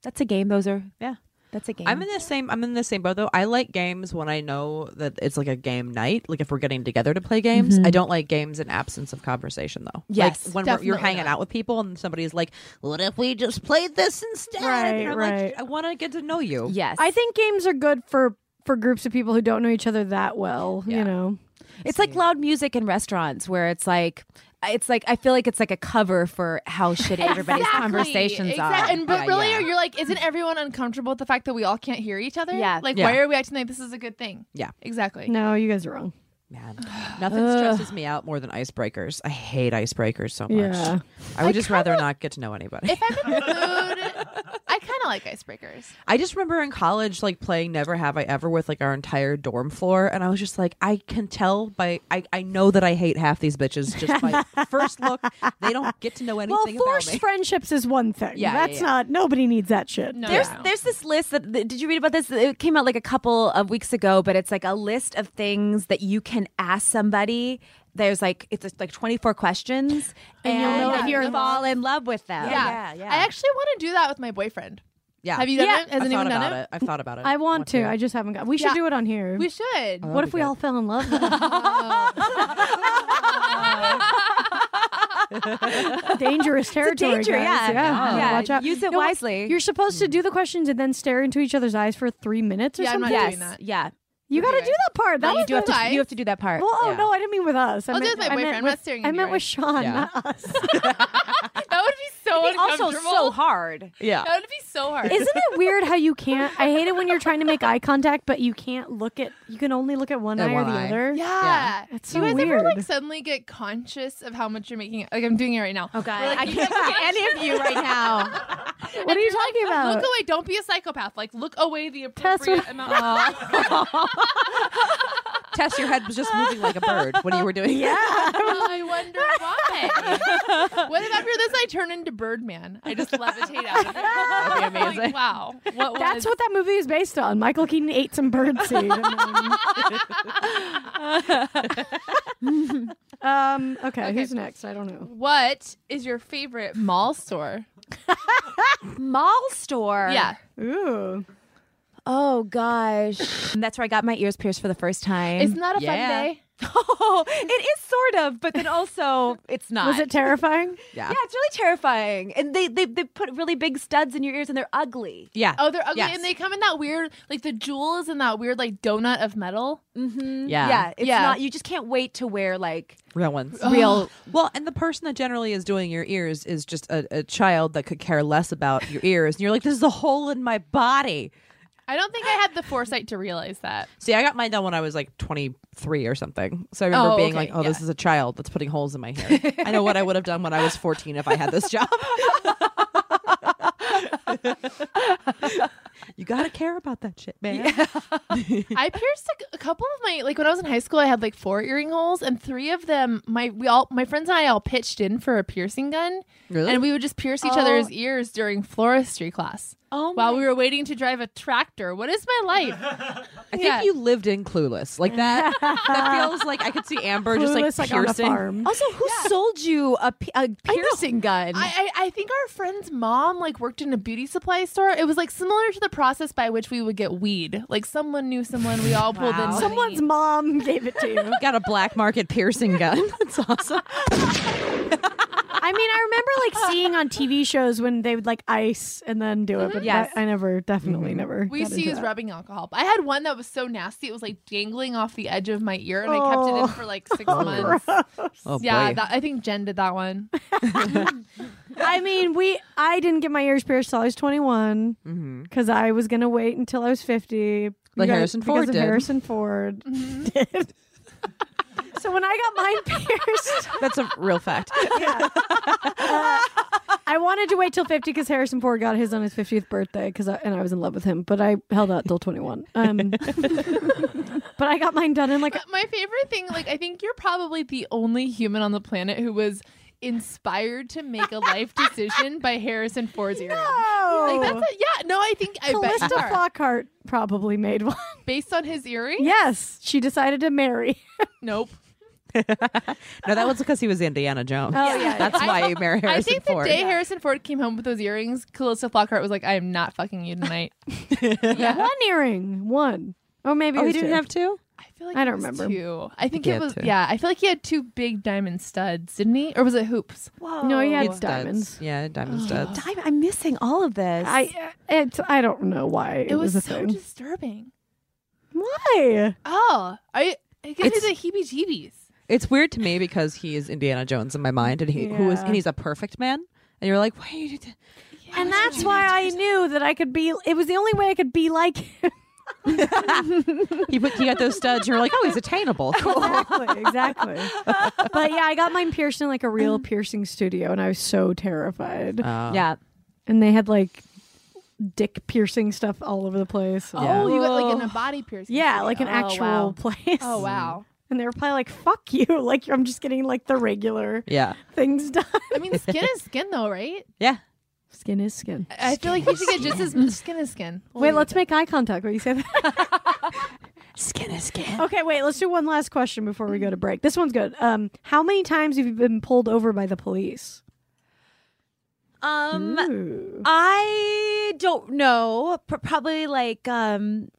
That's a game. Those are Yeah. that's a game. I'm in the same I'm in the same boat though. I like games when I know that it's like a game night, like if we're getting together to play games. I don't like games in absence of conversation though. Yes, like when we're, you're definitely hanging not. out with people and somebody's like, "What if we just played this instead?" Right, and I'm right. like, "I want to get to know you." yes. I think games are good for for groups of people who don't know each other that well. You know, it's like loud music in restaurants where it's like it's like I feel like it's like a cover for how shitty everybody's conversations Exact- are. And but Yeah, really, yeah. you're like, isn't everyone uncomfortable with the fact that we all can't hear each other? Yeah. Like, Yeah. why are we acting like this is a good thing? Yeah. Exactly. no, you guys are wrong. Man, nothing stresses me out more than icebreakers. I hate icebreakers so much. Yeah. I would just rather not get to know anybody. If I'm in the mood, I kind of like icebreakers. I just remember in college, like playing Never Have I Ever with like our entire dorm floor. And I was just like, I can tell by, I, I know that I hate half these bitches just by first look. They don't get to know Well, anything about forced me. friendships is one thing. Yeah, yeah, that's yeah. not. Nobody needs that shit. No. There's no. there's this list that that- did you read about this? It came out like a couple of weeks ago, but it's like a list of things that you can ask somebody. There's like it's like 24 questions, and, you'll know if if you're you in fall in love with them. yeah. yeah. I actually want to do that with my boyfriend. Yeah. Have you done Yeah. it? Has I've anyone thought done about it? it. I've thought about it. I want to. I just haven't got. We should Yeah. do it on here. We should. what if we all fell in love? then? dangerous territory. danger, guys. yeah. yeah. Yeah, Watch out. use it No, what- wisely. You're supposed to do the questions and then stare into each other's eyes for three minutes or Yeah, I'm something. not yes, doing that. yeah. You got to Okay. do that part. That No, you was do have the- to- You have to do that part. Well, oh Yeah. no, I didn't mean with us. I I'll do meant, it with my I meant boyfriend. I'm With, not staring I into meant your with eyes. Sean, Yeah. not us. That would be so uncomfortable. also so hard. yeah. That would be so hard. Isn't it weird how you can't? I hate it when you're trying to make eye contact, but you can't look at. You can only look at one At eye or one the eye. other. Yeah. It's Do you so guys ever like weird. suddenly get conscious of how much you're making? Like I'm doing it right now. Oh god, We're like, I you can't guys look at any of you right now. What are you talking about? Look away. Don't be a psychopath. Like look away the Tess, appropriate what- amount. Of- Tess, your head was just moving like a bird when you were doing yeah. I wonder why. what if after this I turn into Birdman? I just levitate out. Of there. That'd be amazing. wow. What That's was- what that movie is based on. Michael Keaton ate some birdseed. and then- um, okay, who's next? I don't know. What is your favorite mall store? Mall store. Yeah. Ooh. Oh gosh. And that's where I got my ears pierced for the first time. Isn't that a Yeah. fun day? oh, it is sort of, but then also it's not. Was it terrifying? Yeah. yeah, it's really terrifying. And they, they they put really big studs in your ears and they're ugly. Yeah. Oh, they're ugly, Yes. and they come in that weird, like the jewel is in that weird, like donut of metal. Mm-hmm. Yeah. Yeah. It's Yeah. not you just can't wait to wear like Real ones. real Well, and the person that generally is doing your ears is just a, a child that could care less about your ears. And you're like, this is a hole in my body. I don't think I had the foresight to realize that. See, I got mine done when I was like 23 or something. So I remember Oh, being like, okay, oh, this yeah. is a child that's putting holes in my hair. I know what I would have done when I was 14 if I had this job. you got to care about that shit, man. I pierced a, a couple of my like when I was in high school. I had like four earring holes, and three of them my we all my friends and I all pitched in for a piercing gun, Really? Oh. and we would just pierce each other's ears during floristry class. Oh while we were waiting to drive a tractor. What is my life? I think Yeah. you lived in Clueless. Like that, that feels like I could see Amber Clueless, just like like, on a piercing. farm. Also, who sold you a, pi- a piercing gun? I, I I think our friend's mom like worked in a beauty supply store. It was like similar to the process by which we would get weed. Like someone knew someone. We all pulled in. Wow. money. Someone's mom gave it to you. Got a black market piercing gun. That's awesome. I mean, I remember like seeing on TV shows when they would like ice and then do it, but Yes. that- I never, definitely never. got We used to into use that. rubbing alcohol. I had one that was so nasty; it was like dangling off the edge of my ear, and I kept it Oh. in for like six months. Oh, yeah, boy. that, I think Jen did that one. I mean, we. I didn't get my ears pierced till I was 21 because I was gonna wait until I was 50. Mm-hmm. Like You Harrison because Ford of did. Harrison Ford Mm-hmm. did. so when I got mine pierced, That's a real fact. yeah, uh, I wanted to wait till 50 because Harrison Ford got his on his 50th birthday because I, and I was in love with him, but I held out till 21. Um, but I got mine done in like But my favorite thing, like I think you're probably the only human on the planet who was inspired to make a life decision by Harrison Ford's earrings. Oh, Like that's a, yeah. No, I think I bet Callista you are. Flockhart probably made one. based on his earring. yes, she decided to marry. Nope. No, that was because he was Indiana Jones. Oh, yeah. That's why you marry Harrison I think the Ford. day Harrison Ford came home with those earrings, Calista Flockhart was like, "I am not fucking you tonight." One earring, one, or maybe it oh, he was didn't two. have two. I feel like I it don't was remember. Two. I think he it had was two. yeah. I feel like he had two big diamond studs, didn't he? Or was it hoops? oh. No, he had It's diamonds. Duds. Yeah, diamonds. Duds. I'm, I'm missing all of this. I it, I don't know why it, It, was, a so thing. disturbing. why? Oh, I it gives It's- me the heebie-jeebies. It's weird to me because he is Indiana Jones in my mind, and he who is Yeah. and he's a perfect man. And you're like, wait, And that's why I knew that I could be. It was the only way I could be like him. he put he got those studs. You're like, oh, he's attainable. Cool. exactly, exactly. but yeah, I got mine pierced in like a real piercing studio, and I was so terrified. Uh. yeah. and they had like dick piercing stuff all over the place. Oh, you got like in a body piercing. Yeah, studio. like an Oh, actual wow. place. Oh wow. And they were probably like, "Fuck you!" Like I'm just getting like the regular yeah, things done. I mean, skin is skin though, right? yeah. Skin is skin. I I feel like you should get just as much skin is skin. Wait, let's make eye contact. What you say? skin is skin. Okay, wait. Let's do one last question before we go to break. This one's good. Um, how many times have you been pulled over by the police? Um, Mm, Ooh. I don't know. P- probably like um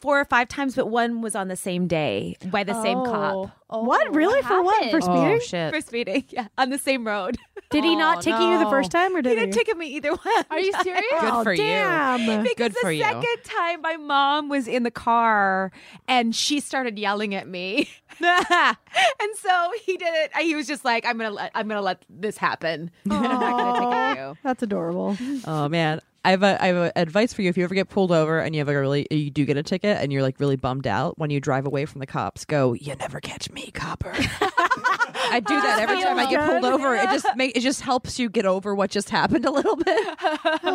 four or five times, but one was on the same day by the same cop. oh, what? Really? For what? For speeding? Oh, shit. Oh. For speeding, yeah, on the same road. did he not take you the first time, or did He he? didn't ticket me either one. Are you serious? Good oh, for you. damn. Because Good the for you. second time my mom was in the car and she started yelling at me. and so he did it. He was just like, I'm gonna let I'm gonna let this happen. I'm not gonna ticket you. That's adorable. Oh man. I have, a, I have a advice for you. If you ever get pulled over and you have a really, you do get a ticket and you're like really bummed out when you drive away from the cops, go, you never catch me, copper. I do that every time I get pulled over. It just make, it just helps you get over what just happened a little bit.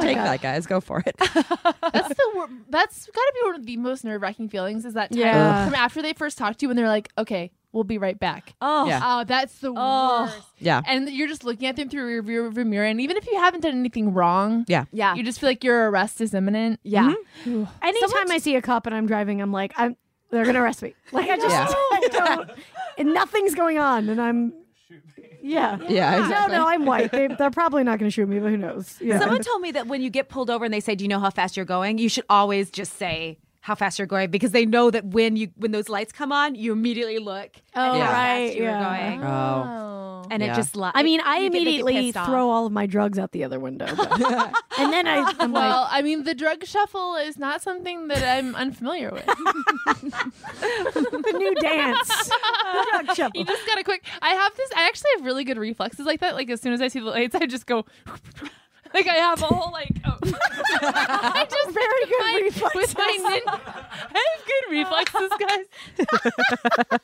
Take that, guys. Go for it. That's the wor- that's got to be one of the most nerve wracking feelings. Is that time Yeah. from after they first talk to you and they're like, "Okay, we'll be right back." Oh, Yeah. Oh, that's the worst. Yeah. And you're just looking at them through your rear view mirror, and even if you haven't done anything wrong, Yeah. yeah. you just feel like your arrest is imminent. yeah. Anytime I see a cop and I'm driving, I'm like, I'm they're gonna arrest me. Like I just I don't, and nothing's going on, and I'm yeah Yeah, exactly. No, no, I'm white. They, they're probably not gonna shoot me, but who knows? Yeah. Someone told me that when you get pulled over and they say, "Do you know how fast you're going?" You should always just say how fast you're going because they know that when you when those lights come on, you immediately look. Oh, Yeah. how right, fast you yeah. were going, Oh. and Oh, Yeah. it just. Li- I mean, I you get- they get immediately pissed off. throw all of my drugs out the other window, but- and then I, I'm like, Well, I mean, the drug shuffle is not something that I'm unfamiliar with. the new dance. Drug shuffle. you just gotta quick. I have this. I actually have really good reflexes like that. Like as soon as I see the lights, I just go. Like I have a whole like. Oh. I just Very good my- reflexes. With my nin- I have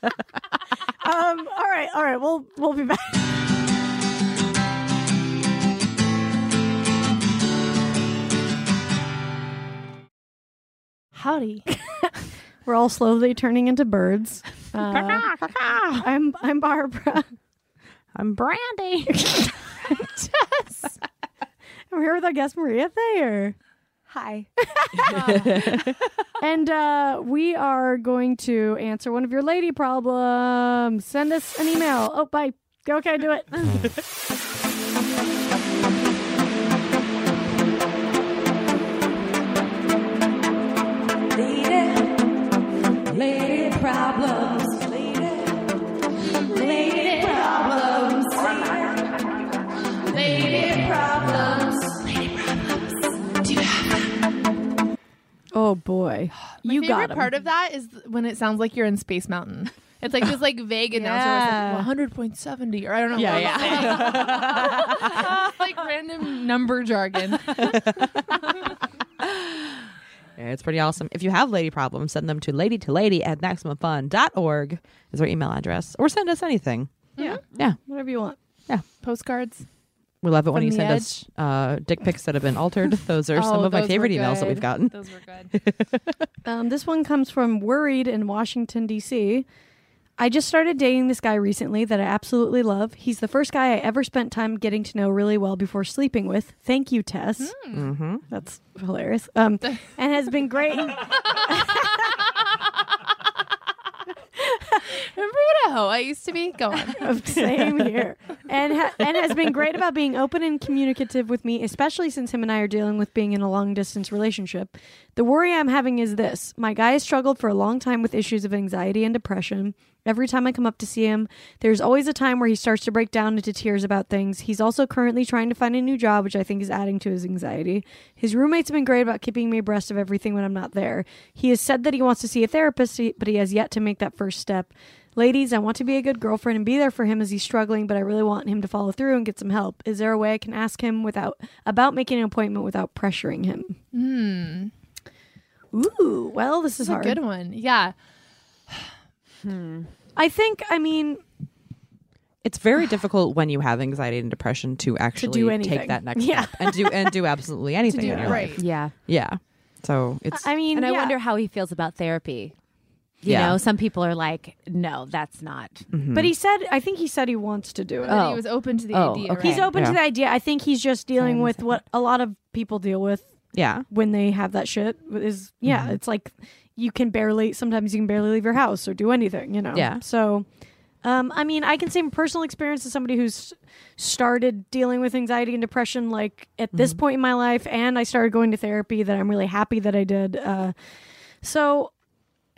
good reflexes, guys. Um, all right, all right, we'll we'll be back. Howdy. We're all slowly turning into birds. Uh, I'm I'm Barbara. I'm Brandy. I'm here with our guest Maria Thayer. "Hi." And uh, we are going to answer one of your lady problems. Send us an email. Oh, bye. Okay, do it. Oh boy, My you favorite got him. part of that is th- when it sounds like you're in Space Mountain. It's like this like vague announcer Yeah. where it's like 100.70 or I don't know. Yeah, it's like random number jargon. Yeah, it's pretty awesome. If you have lady problems, send them to lady to lady at maximumfun.org is our email address. Or send us anything. Yeah. Yeah. Whatever you want. Postcards. We love it when From you the send us uh, dick pics that have been altered. Those are Oh, some of my those were favorite emails that good. we've gotten. Those were good. Um, this one comes from Worried in Washington D.C. I just started dating this guy recently that I absolutely love. He's the first guy I ever spent time getting to know really well before sleeping with. Thank you, Tess. Mm. Mm-hmm. That's hilarious. Um, and has been great. Remember what a hoe I used to be? Go on. Same here. And ha- and has been great about being open and communicative with me, especially since him and I are dealing with being in a long distance relationship. The worry I'm having is this: my guy has struggled for a long time with issues of anxiety and depression. Every time I come up to see him, there's always a time where he starts to break down into tears about things. He's also currently trying to find a new job, which I think is adding to his anxiety. His roommate's been great about keeping me abreast of everything when I'm not there. He has said that he wants to see a therapist, but he has yet to make that first step. Ladies, I want to be a good girlfriend and be there for him as he's struggling, but I really want him to follow through and get some help. Is there a way I can ask him without about making an appointment without pressuring him? Ooh, well, this is It's a hard. good one. Yeah. I think I mean It's very difficult when you have anxiety and depression to actually do anything. take that next Yeah. step and do and do absolutely anything in your life. Yeah. Yeah. So it's I mean And I yeah. wonder how he feels about therapy. You Yeah. Mm-hmm. know, some people are like, no, that's not. But he said I think he said he wants to do it. That Oh. he was open to the Oh, idea. okay. Right? He's open Yeah. to the idea. I think he's just dealing Same, with same. what a lot of people deal with yeah. when they have that shit is yeah, it's like you can barely sometimes you can barely leave your house or do anything, you know. Yeah. So um I mean, I can say from personal experience as somebody who's started dealing with anxiety and depression like at this point in my life and I started going to therapy that I'm really happy that I did. Uh so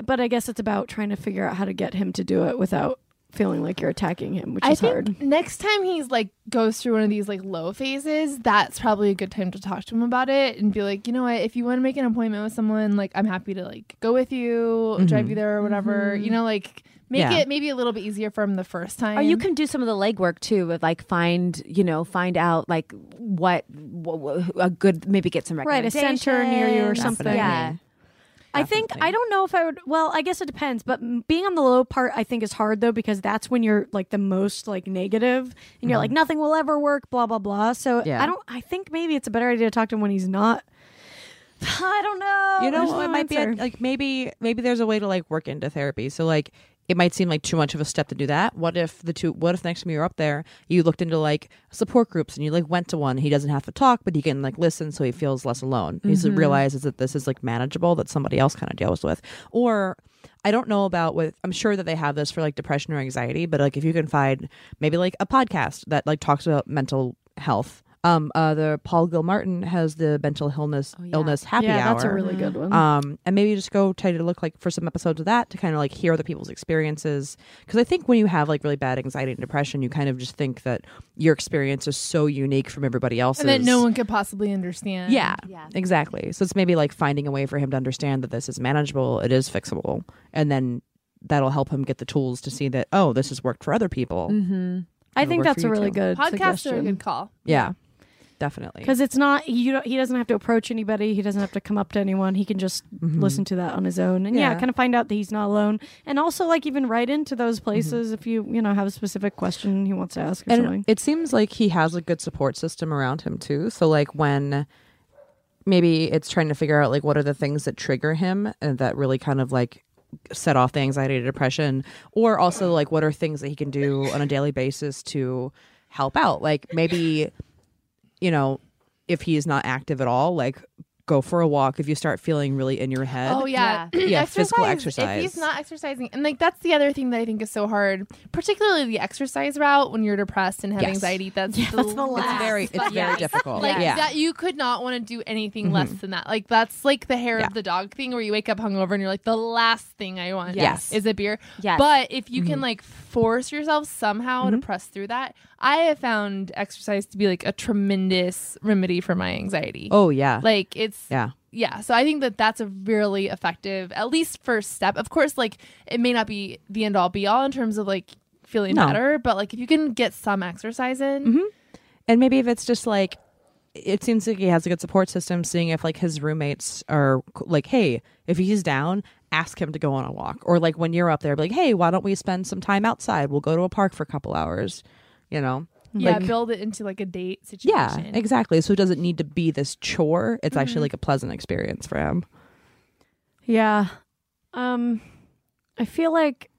but I guess it's about trying to figure out how to get him to do it without feeling like you're attacking him, which I is think hard. next time he's like goes through one of these like low phases, that's probably a good time to talk to him about it and be like, you know what, if you want to make an appointment with someone, like I'm happy to like go with you, drive you there or whatever. You know, like make Mm-hmm. Yeah. it maybe a little bit easier for him the first time. Or you can do some of the legwork too, of like find, you know, find out like what, wh- wh- a good, maybe get some Right, a recommendations. center near you or something. Yeah. I think I Definitely. don't know if I would. Well, I guess it depends. But m- being on the low part, I think is hard though because that's when you're like the most like negative, and you're like nothing will ever work, blah blah blah. So Mm-hmm. Yeah. I don't. I think maybe it's a better idea to talk to him when he's not. I don't know. you There's know no it might answer. be a, like maybe maybe there's a way to like work into therapy so like it might seem like too much of a step to do that what if the two what if next time you're up there you looked into like support groups and you like went to one he doesn't have to talk but he can like listen so he feels less alone he Mm-hmm. realizes that this is like manageable that somebody else kind of deals with or I don't know about with I'm sure that they have this for like depression or anxiety, but like if you can find maybe like a podcast that like talks about mental health. Um uh the Paul Gilmartin has the mental illness illness happy Oh, yeah, hour. that's a really Mm-hmm. good one. um and maybe just go try to look like for some episodes of that to kind of like hear other people's experiences because I think when you have like really bad anxiety and depression you kind of just think that your experience is so unique from everybody else's and that no one could possibly understand. yeah, exactly. So it's maybe like finding a way for him to understand that this is manageable, it is fixable, and then that'll help him get the tools to see that oh, this has worked for other people. Mm-hmm. I it'll think work that's for a you, really too. good Podcasts are a suggestion good call. Yeah, definitely. because it's not you. Don't, he doesn't have to approach anybody. He doesn't have to come up to anyone. He can just listen to that on his own, and yeah, Mm-hmm. Yeah. kind of find out that he's not alone. And also, like even write into those places if you you know have a specific question he wants to ask or Mm-hmm. and something. it seems like he has a good support system around him too. So like when maybe it's trying to figure out like what are the things that trigger him and that really kind of like set off the anxiety and depression or also like what are things that he can do on a daily basis to help out like maybe you know if he is not active at all like go for a walk if you start feeling really in your head Oh yeah, Yeah, physical If he's exercise. not exercising, and like that's the other thing that I think is so hard, particularly the exercise route when you're depressed and have Yes. anxiety. That's the that's the last last very it's spot. very difficult Like yeah Mm-hmm. that, you could not want to do anything less than that. Like that's like the hair Yeah. of the dog thing, where you wake up hungover and you're like, the last thing I want, Yes. Mm-hmm. is a beer. Yes. But if you can like force yourself somehow to press through that, I have found exercise to be like a tremendous remedy for my anxiety. oh yeah Like it's yeah yeah so i think that that's a really effective at least first step of course like it may not be the end all be all in terms of like feeling No. Mm-hmm. better but like if you can get some exercise in and maybe if it's just like it seems like he has a good support system seeing if like his roommates are like hey if he's down ask him to go on a walk or like when you're up there be like hey why don't we spend some time outside we'll go to a park for a couple hours you know yeah Like- build it into like a date situation yeah exactly so it doesn't need to be this chore it's actually like a pleasant experience for him Yeah. Um I feel like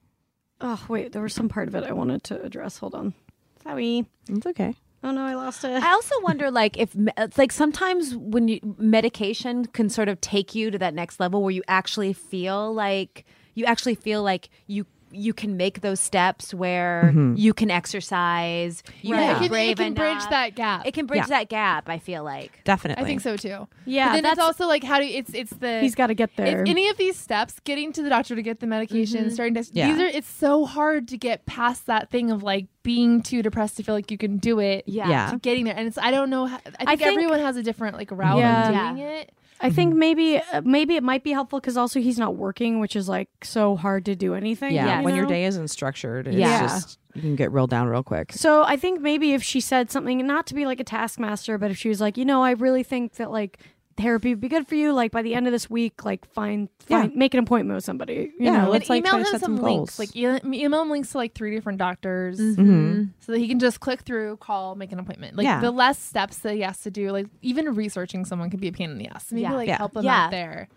Oh wait, there was some part of it I wanted to address. Hold on. Sorry. It's okay. Oh no, I lost it. I also wonder, like, if me- it's like sometimes when you medication can sort of take you to that next level where you actually feel like you actually feel like you you can make those steps where you can exercise. You Yeah, are it can, it brave can bridge enough. that gap. It can bridge Yeah. that gap. I feel like. Definitely. I think so too. Yeah, but then that's- it's also like how do you, it's it's the He's got to get there. If any of these steps, getting to the doctor to get the medication, starting to Yeah. these are it's so hard to get past that thing of like being too depressed to feel like you can do it. Yeah. Yeah. to Getting there, and it's I don't know. How, I, think think- everyone has a different like route Yeah. of doing it. I think maybe uh, maybe it might be helpful because also he's not working, which is like so hard to do anything. Yeah. you When your know? day isn't structured, it's Yeah. just you can get reeled down real quick. So I think maybe if she said something, not to be like a taskmaster, but if she was like, you know, I really think that like therapy would be good for you. Like by the end of this week, like find, Yeah. find make an appointment with somebody. You Yeah, know, let's- And like, email try to him set some some links, goals. like e- email him links to like three different doctors, Mm-hmm. so that he can just click through, call, make an appointment. Like Yeah. the less steps that he has to do, like even researching someone can be a pain in the ass. Maybe Yeah. like Yeah. help him Yeah. out there.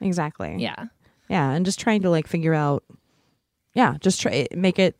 Exactly. Yeah, Yeah, and just trying to like figure out. Yeah, just try make it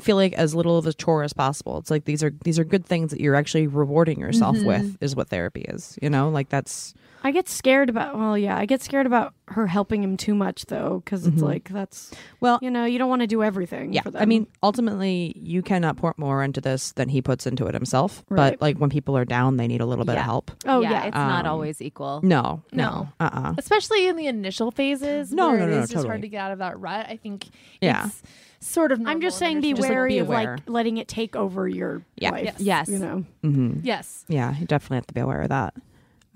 feel like as little of a chore as possible. It's like these are these are good things that you're actually rewarding yourself with is what therapy is. You know, like that's I get scared about. Well, yeah, I get scared about her helping him too much though, because it's like that's Mm-hmm. well, you know you don't want to do everything. yeah. for them. I mean, ultimately, you cannot pour more into this than he puts into it himself. Right. But like when people are down, they need a little bit Yeah. of help. oh yeah, it's not Um, always equal. No, No. no, uh, uh especially in the initial phases No, where no, it no, is no, just hard totally. to get out of that rut. I think Yeah. it's sort of. I'm normal just in saying your be first- like, wary be of like aware. letting it take over your Yeah. life. Yes. you know. Mm-hmm. Yes. yeah, you definitely have to be aware of that.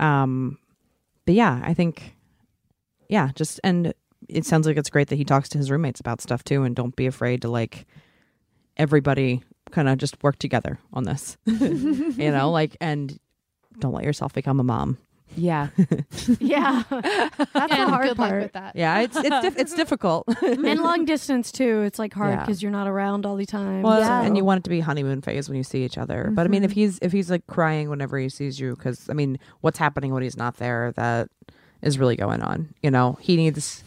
Um, but yeah, I think, yeah, just and it sounds like it's great that he talks to his roommates about stuff too, and don't be afraid to like everybody kind of just work together on this, you know, like and don't let yourself become a mom. Yeah. Yeah, that's the And hard good luck part. with that. Yeah, it's it's diff- it's difficult. and long distance too. It's like hard Yeah. because you're not around all the time. Well, so- and you want it to be honeymoon phase when you see each other. But I mean, if he's if he's like crying whenever he sees you, because I mean, what's happening when he's not there? That is really going on. You know, he needs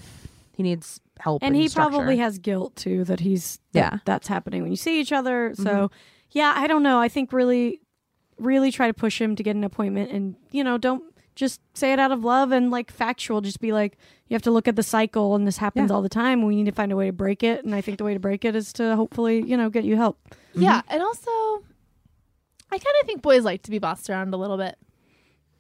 he needs help, and he structure. probably has guilt too that he's that Yeah. that's happening when you see each other. So yeah, I don't know. I think really, really try to push him to get an appointment, and you know, don't just say it out of love and like factual. Just be like, you have to look at the cycle, and this happens all the time. We need to find a way to break it, and I think the way to break it is to hopefully you know get you help. Yeah, Mm-hmm. and also, I kind of think boys like to be bossed around a little bit.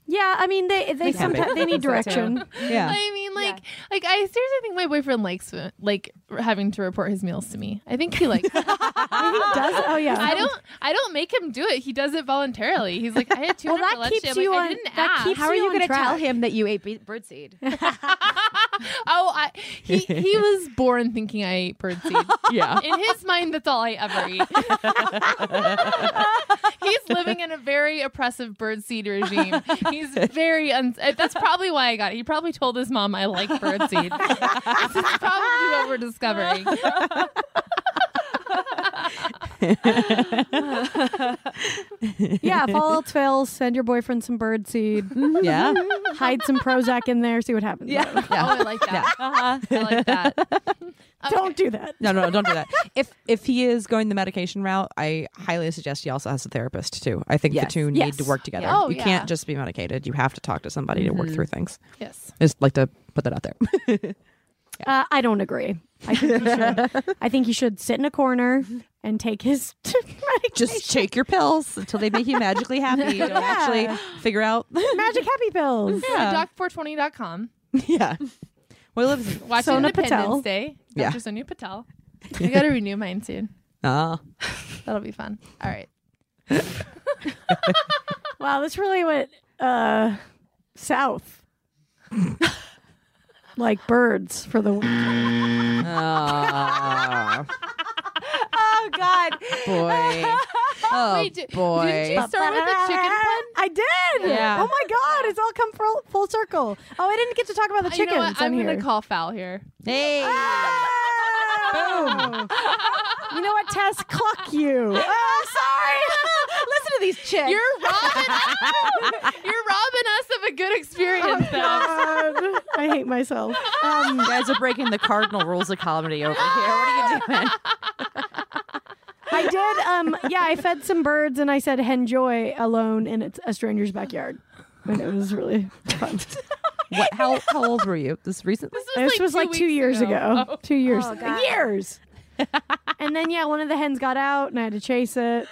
Yeah, I mean they they can be. sometimes they need direction. yeah. I mean, like, like I seriously think my boyfriend likes uh, like r- having to report his meals to me. I think he likes. it. Does oh yeah. I don't. I don't make him do it. He does it voluntarily. He's like, I had two. Well, hundred that for lunch keeps today." I'm you like, on- I didn't that ask. keeps How are you you on going to tell track. him that you ate be- birdseed? oh, I, he he was born thinking I ate birdseed. Yeah. In his mind, that's all I ever eat. He's living in a very oppressive birdseed regime. He's very un- uh, that's probably why I got it. He probably told his mom I like birdseed. this is probably what we're discovering. yeah, if all else fails, send your boyfriend some bird seed. Yeah. hide some Prozac in there, see what happens. Yeah. Oh, I like that. I like that. Don't do that. No, no, don't do that. If if he is going the medication route, I highly suggest he also has a therapist too. I think the Yes. two Yes. need to work together. Oh, you yeah. can't just be medicated. You have to talk to somebody to work through things. Yes. I just like to put that out there. Uh, I don't agree. I think you should. I think you should sit in a corner and take his just take your pills until they make you magically happy. Don't actually figure out. magic happy pills. Yeah. Doc420.com. yeah. Well, it lives. Watch Sona Independence Patel. Day. Yeah. Dr. Sonia Patel. I got to renew mine soon. Ah. That'll be fun. All right. Wow, this really went uh, south. like birds for the Ah, Oh God. boy. Oh, Wait, did, boy. Didn't you start with a chicken pun? I did. Yeah. Oh my god, it's all come full, full circle. Oh, I didn't get to talk about the You chickens know what? on I'm here. Ah! gonna call foul here. Hey. Boom. you know what, Tess? Cluck you. Oh, sorry. Listen to these chicks. You're robbing You're robbing us of a good experience though. Oh, God. I hate myself. Um, You guys are breaking the cardinal rules of comedy over here. What are you doing? I did. Um, yeah, I fed some birds and I said "enjoy" alone in a stranger's backyard, and it was really fun. What, how, how old were you? This recently? This was like two, weeks years ago. Two years. Oh, God. years. and then yeah, one of the hens got out and I had to chase it.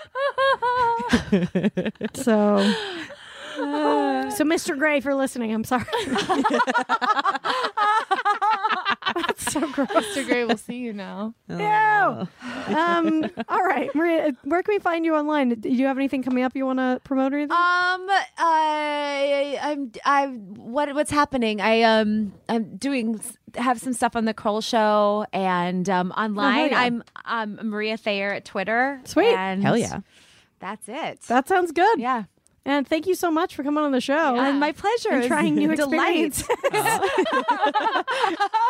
so uh, So Mr. Gray for listening, I'm sorry. That's so gross. Mr. Gray, we'll see you now. No. Oh. Um all right, Maria, where can we find you online? Do you have anything coming up you want to promote or Uh, anything? Um, I, I'm, I, what, what's happening? I, um, I'm doing, have some stuff on the Kroll Show and um, online. Oh, yeah. I'm, um, Maria Thayer at Twitter. Sweet. and Hell yeah. that's it. that sounds good. yeah. And thank you so much for coming on the show. And my pleasure. And is trying new delight. experience.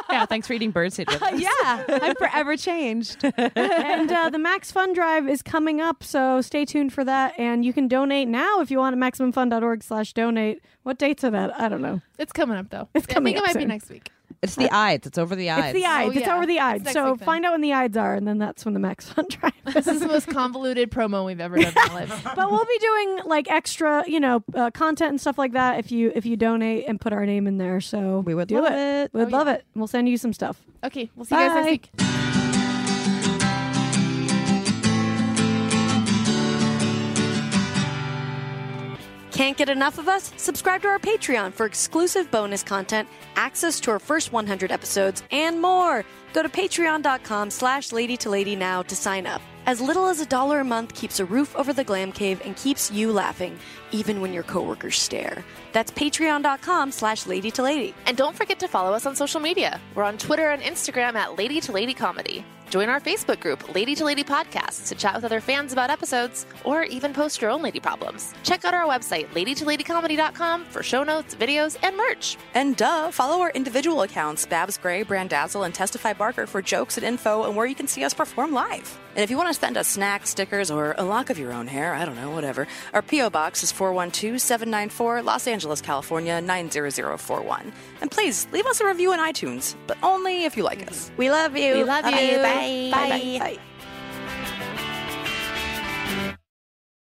Yeah, thanks for eating bird seed with us. yeah, I'm forever changed. and uh, the Max Fund Drive is coming up, so stay tuned for that. And you can donate now if you want at maximumfund.org slash donate. What dates are that? I don't know. It's coming up though. It's coming I up think it might be soon. next week. It's the Ides. It's over the Ides. It's the Ides. It's Oh, yeah. over the It's Ides. next So week then. find out when the Ides are, and then that's when the Max Fund Drive This is the most convoluted promo we've ever done in my life. but we'll be doing like extra, you know, uh, content and stuff like that if you if you donate and put our name in there. So We would do love it. it. We'd Oh, love yeah. it. We'll send you some stuff. Okay, we'll see you guys Bye. next week. Can't get enough of us? Subscribe to our Patreon for exclusive bonus content, access to our first 100 episodes, and more. Go to patreon.com slash lady to lady now to sign up. As little as a dollar a month keeps a roof over the glam cave and keeps you laughing, even when your coworkers stare. That's patreon.com slash lady to lady. And don't forget to follow us on social media. We're on Twitter and Instagram at Lady to Lady Comedy. Join our Facebook group, Lady to Lady Podcasts, to chat with other fans about episodes or even post your own lady problems. Check out our website, ladytoladycomedy.com, for show notes, videos, and merch. And duh, follow our individual accounts, Babs Gray, Brandazzle, and Testify Barker for jokes and info and where you can see us perform live. And if you want to send us snacks, stickers, or a lock of your own hair, I don't know, whatever, our P.O. Box is 412-794 Los Angeles, California, 90041. And please, leave us a review on iTunes, but only if you like us. We love you. We love you. Bye. Bye. Bye. Bye.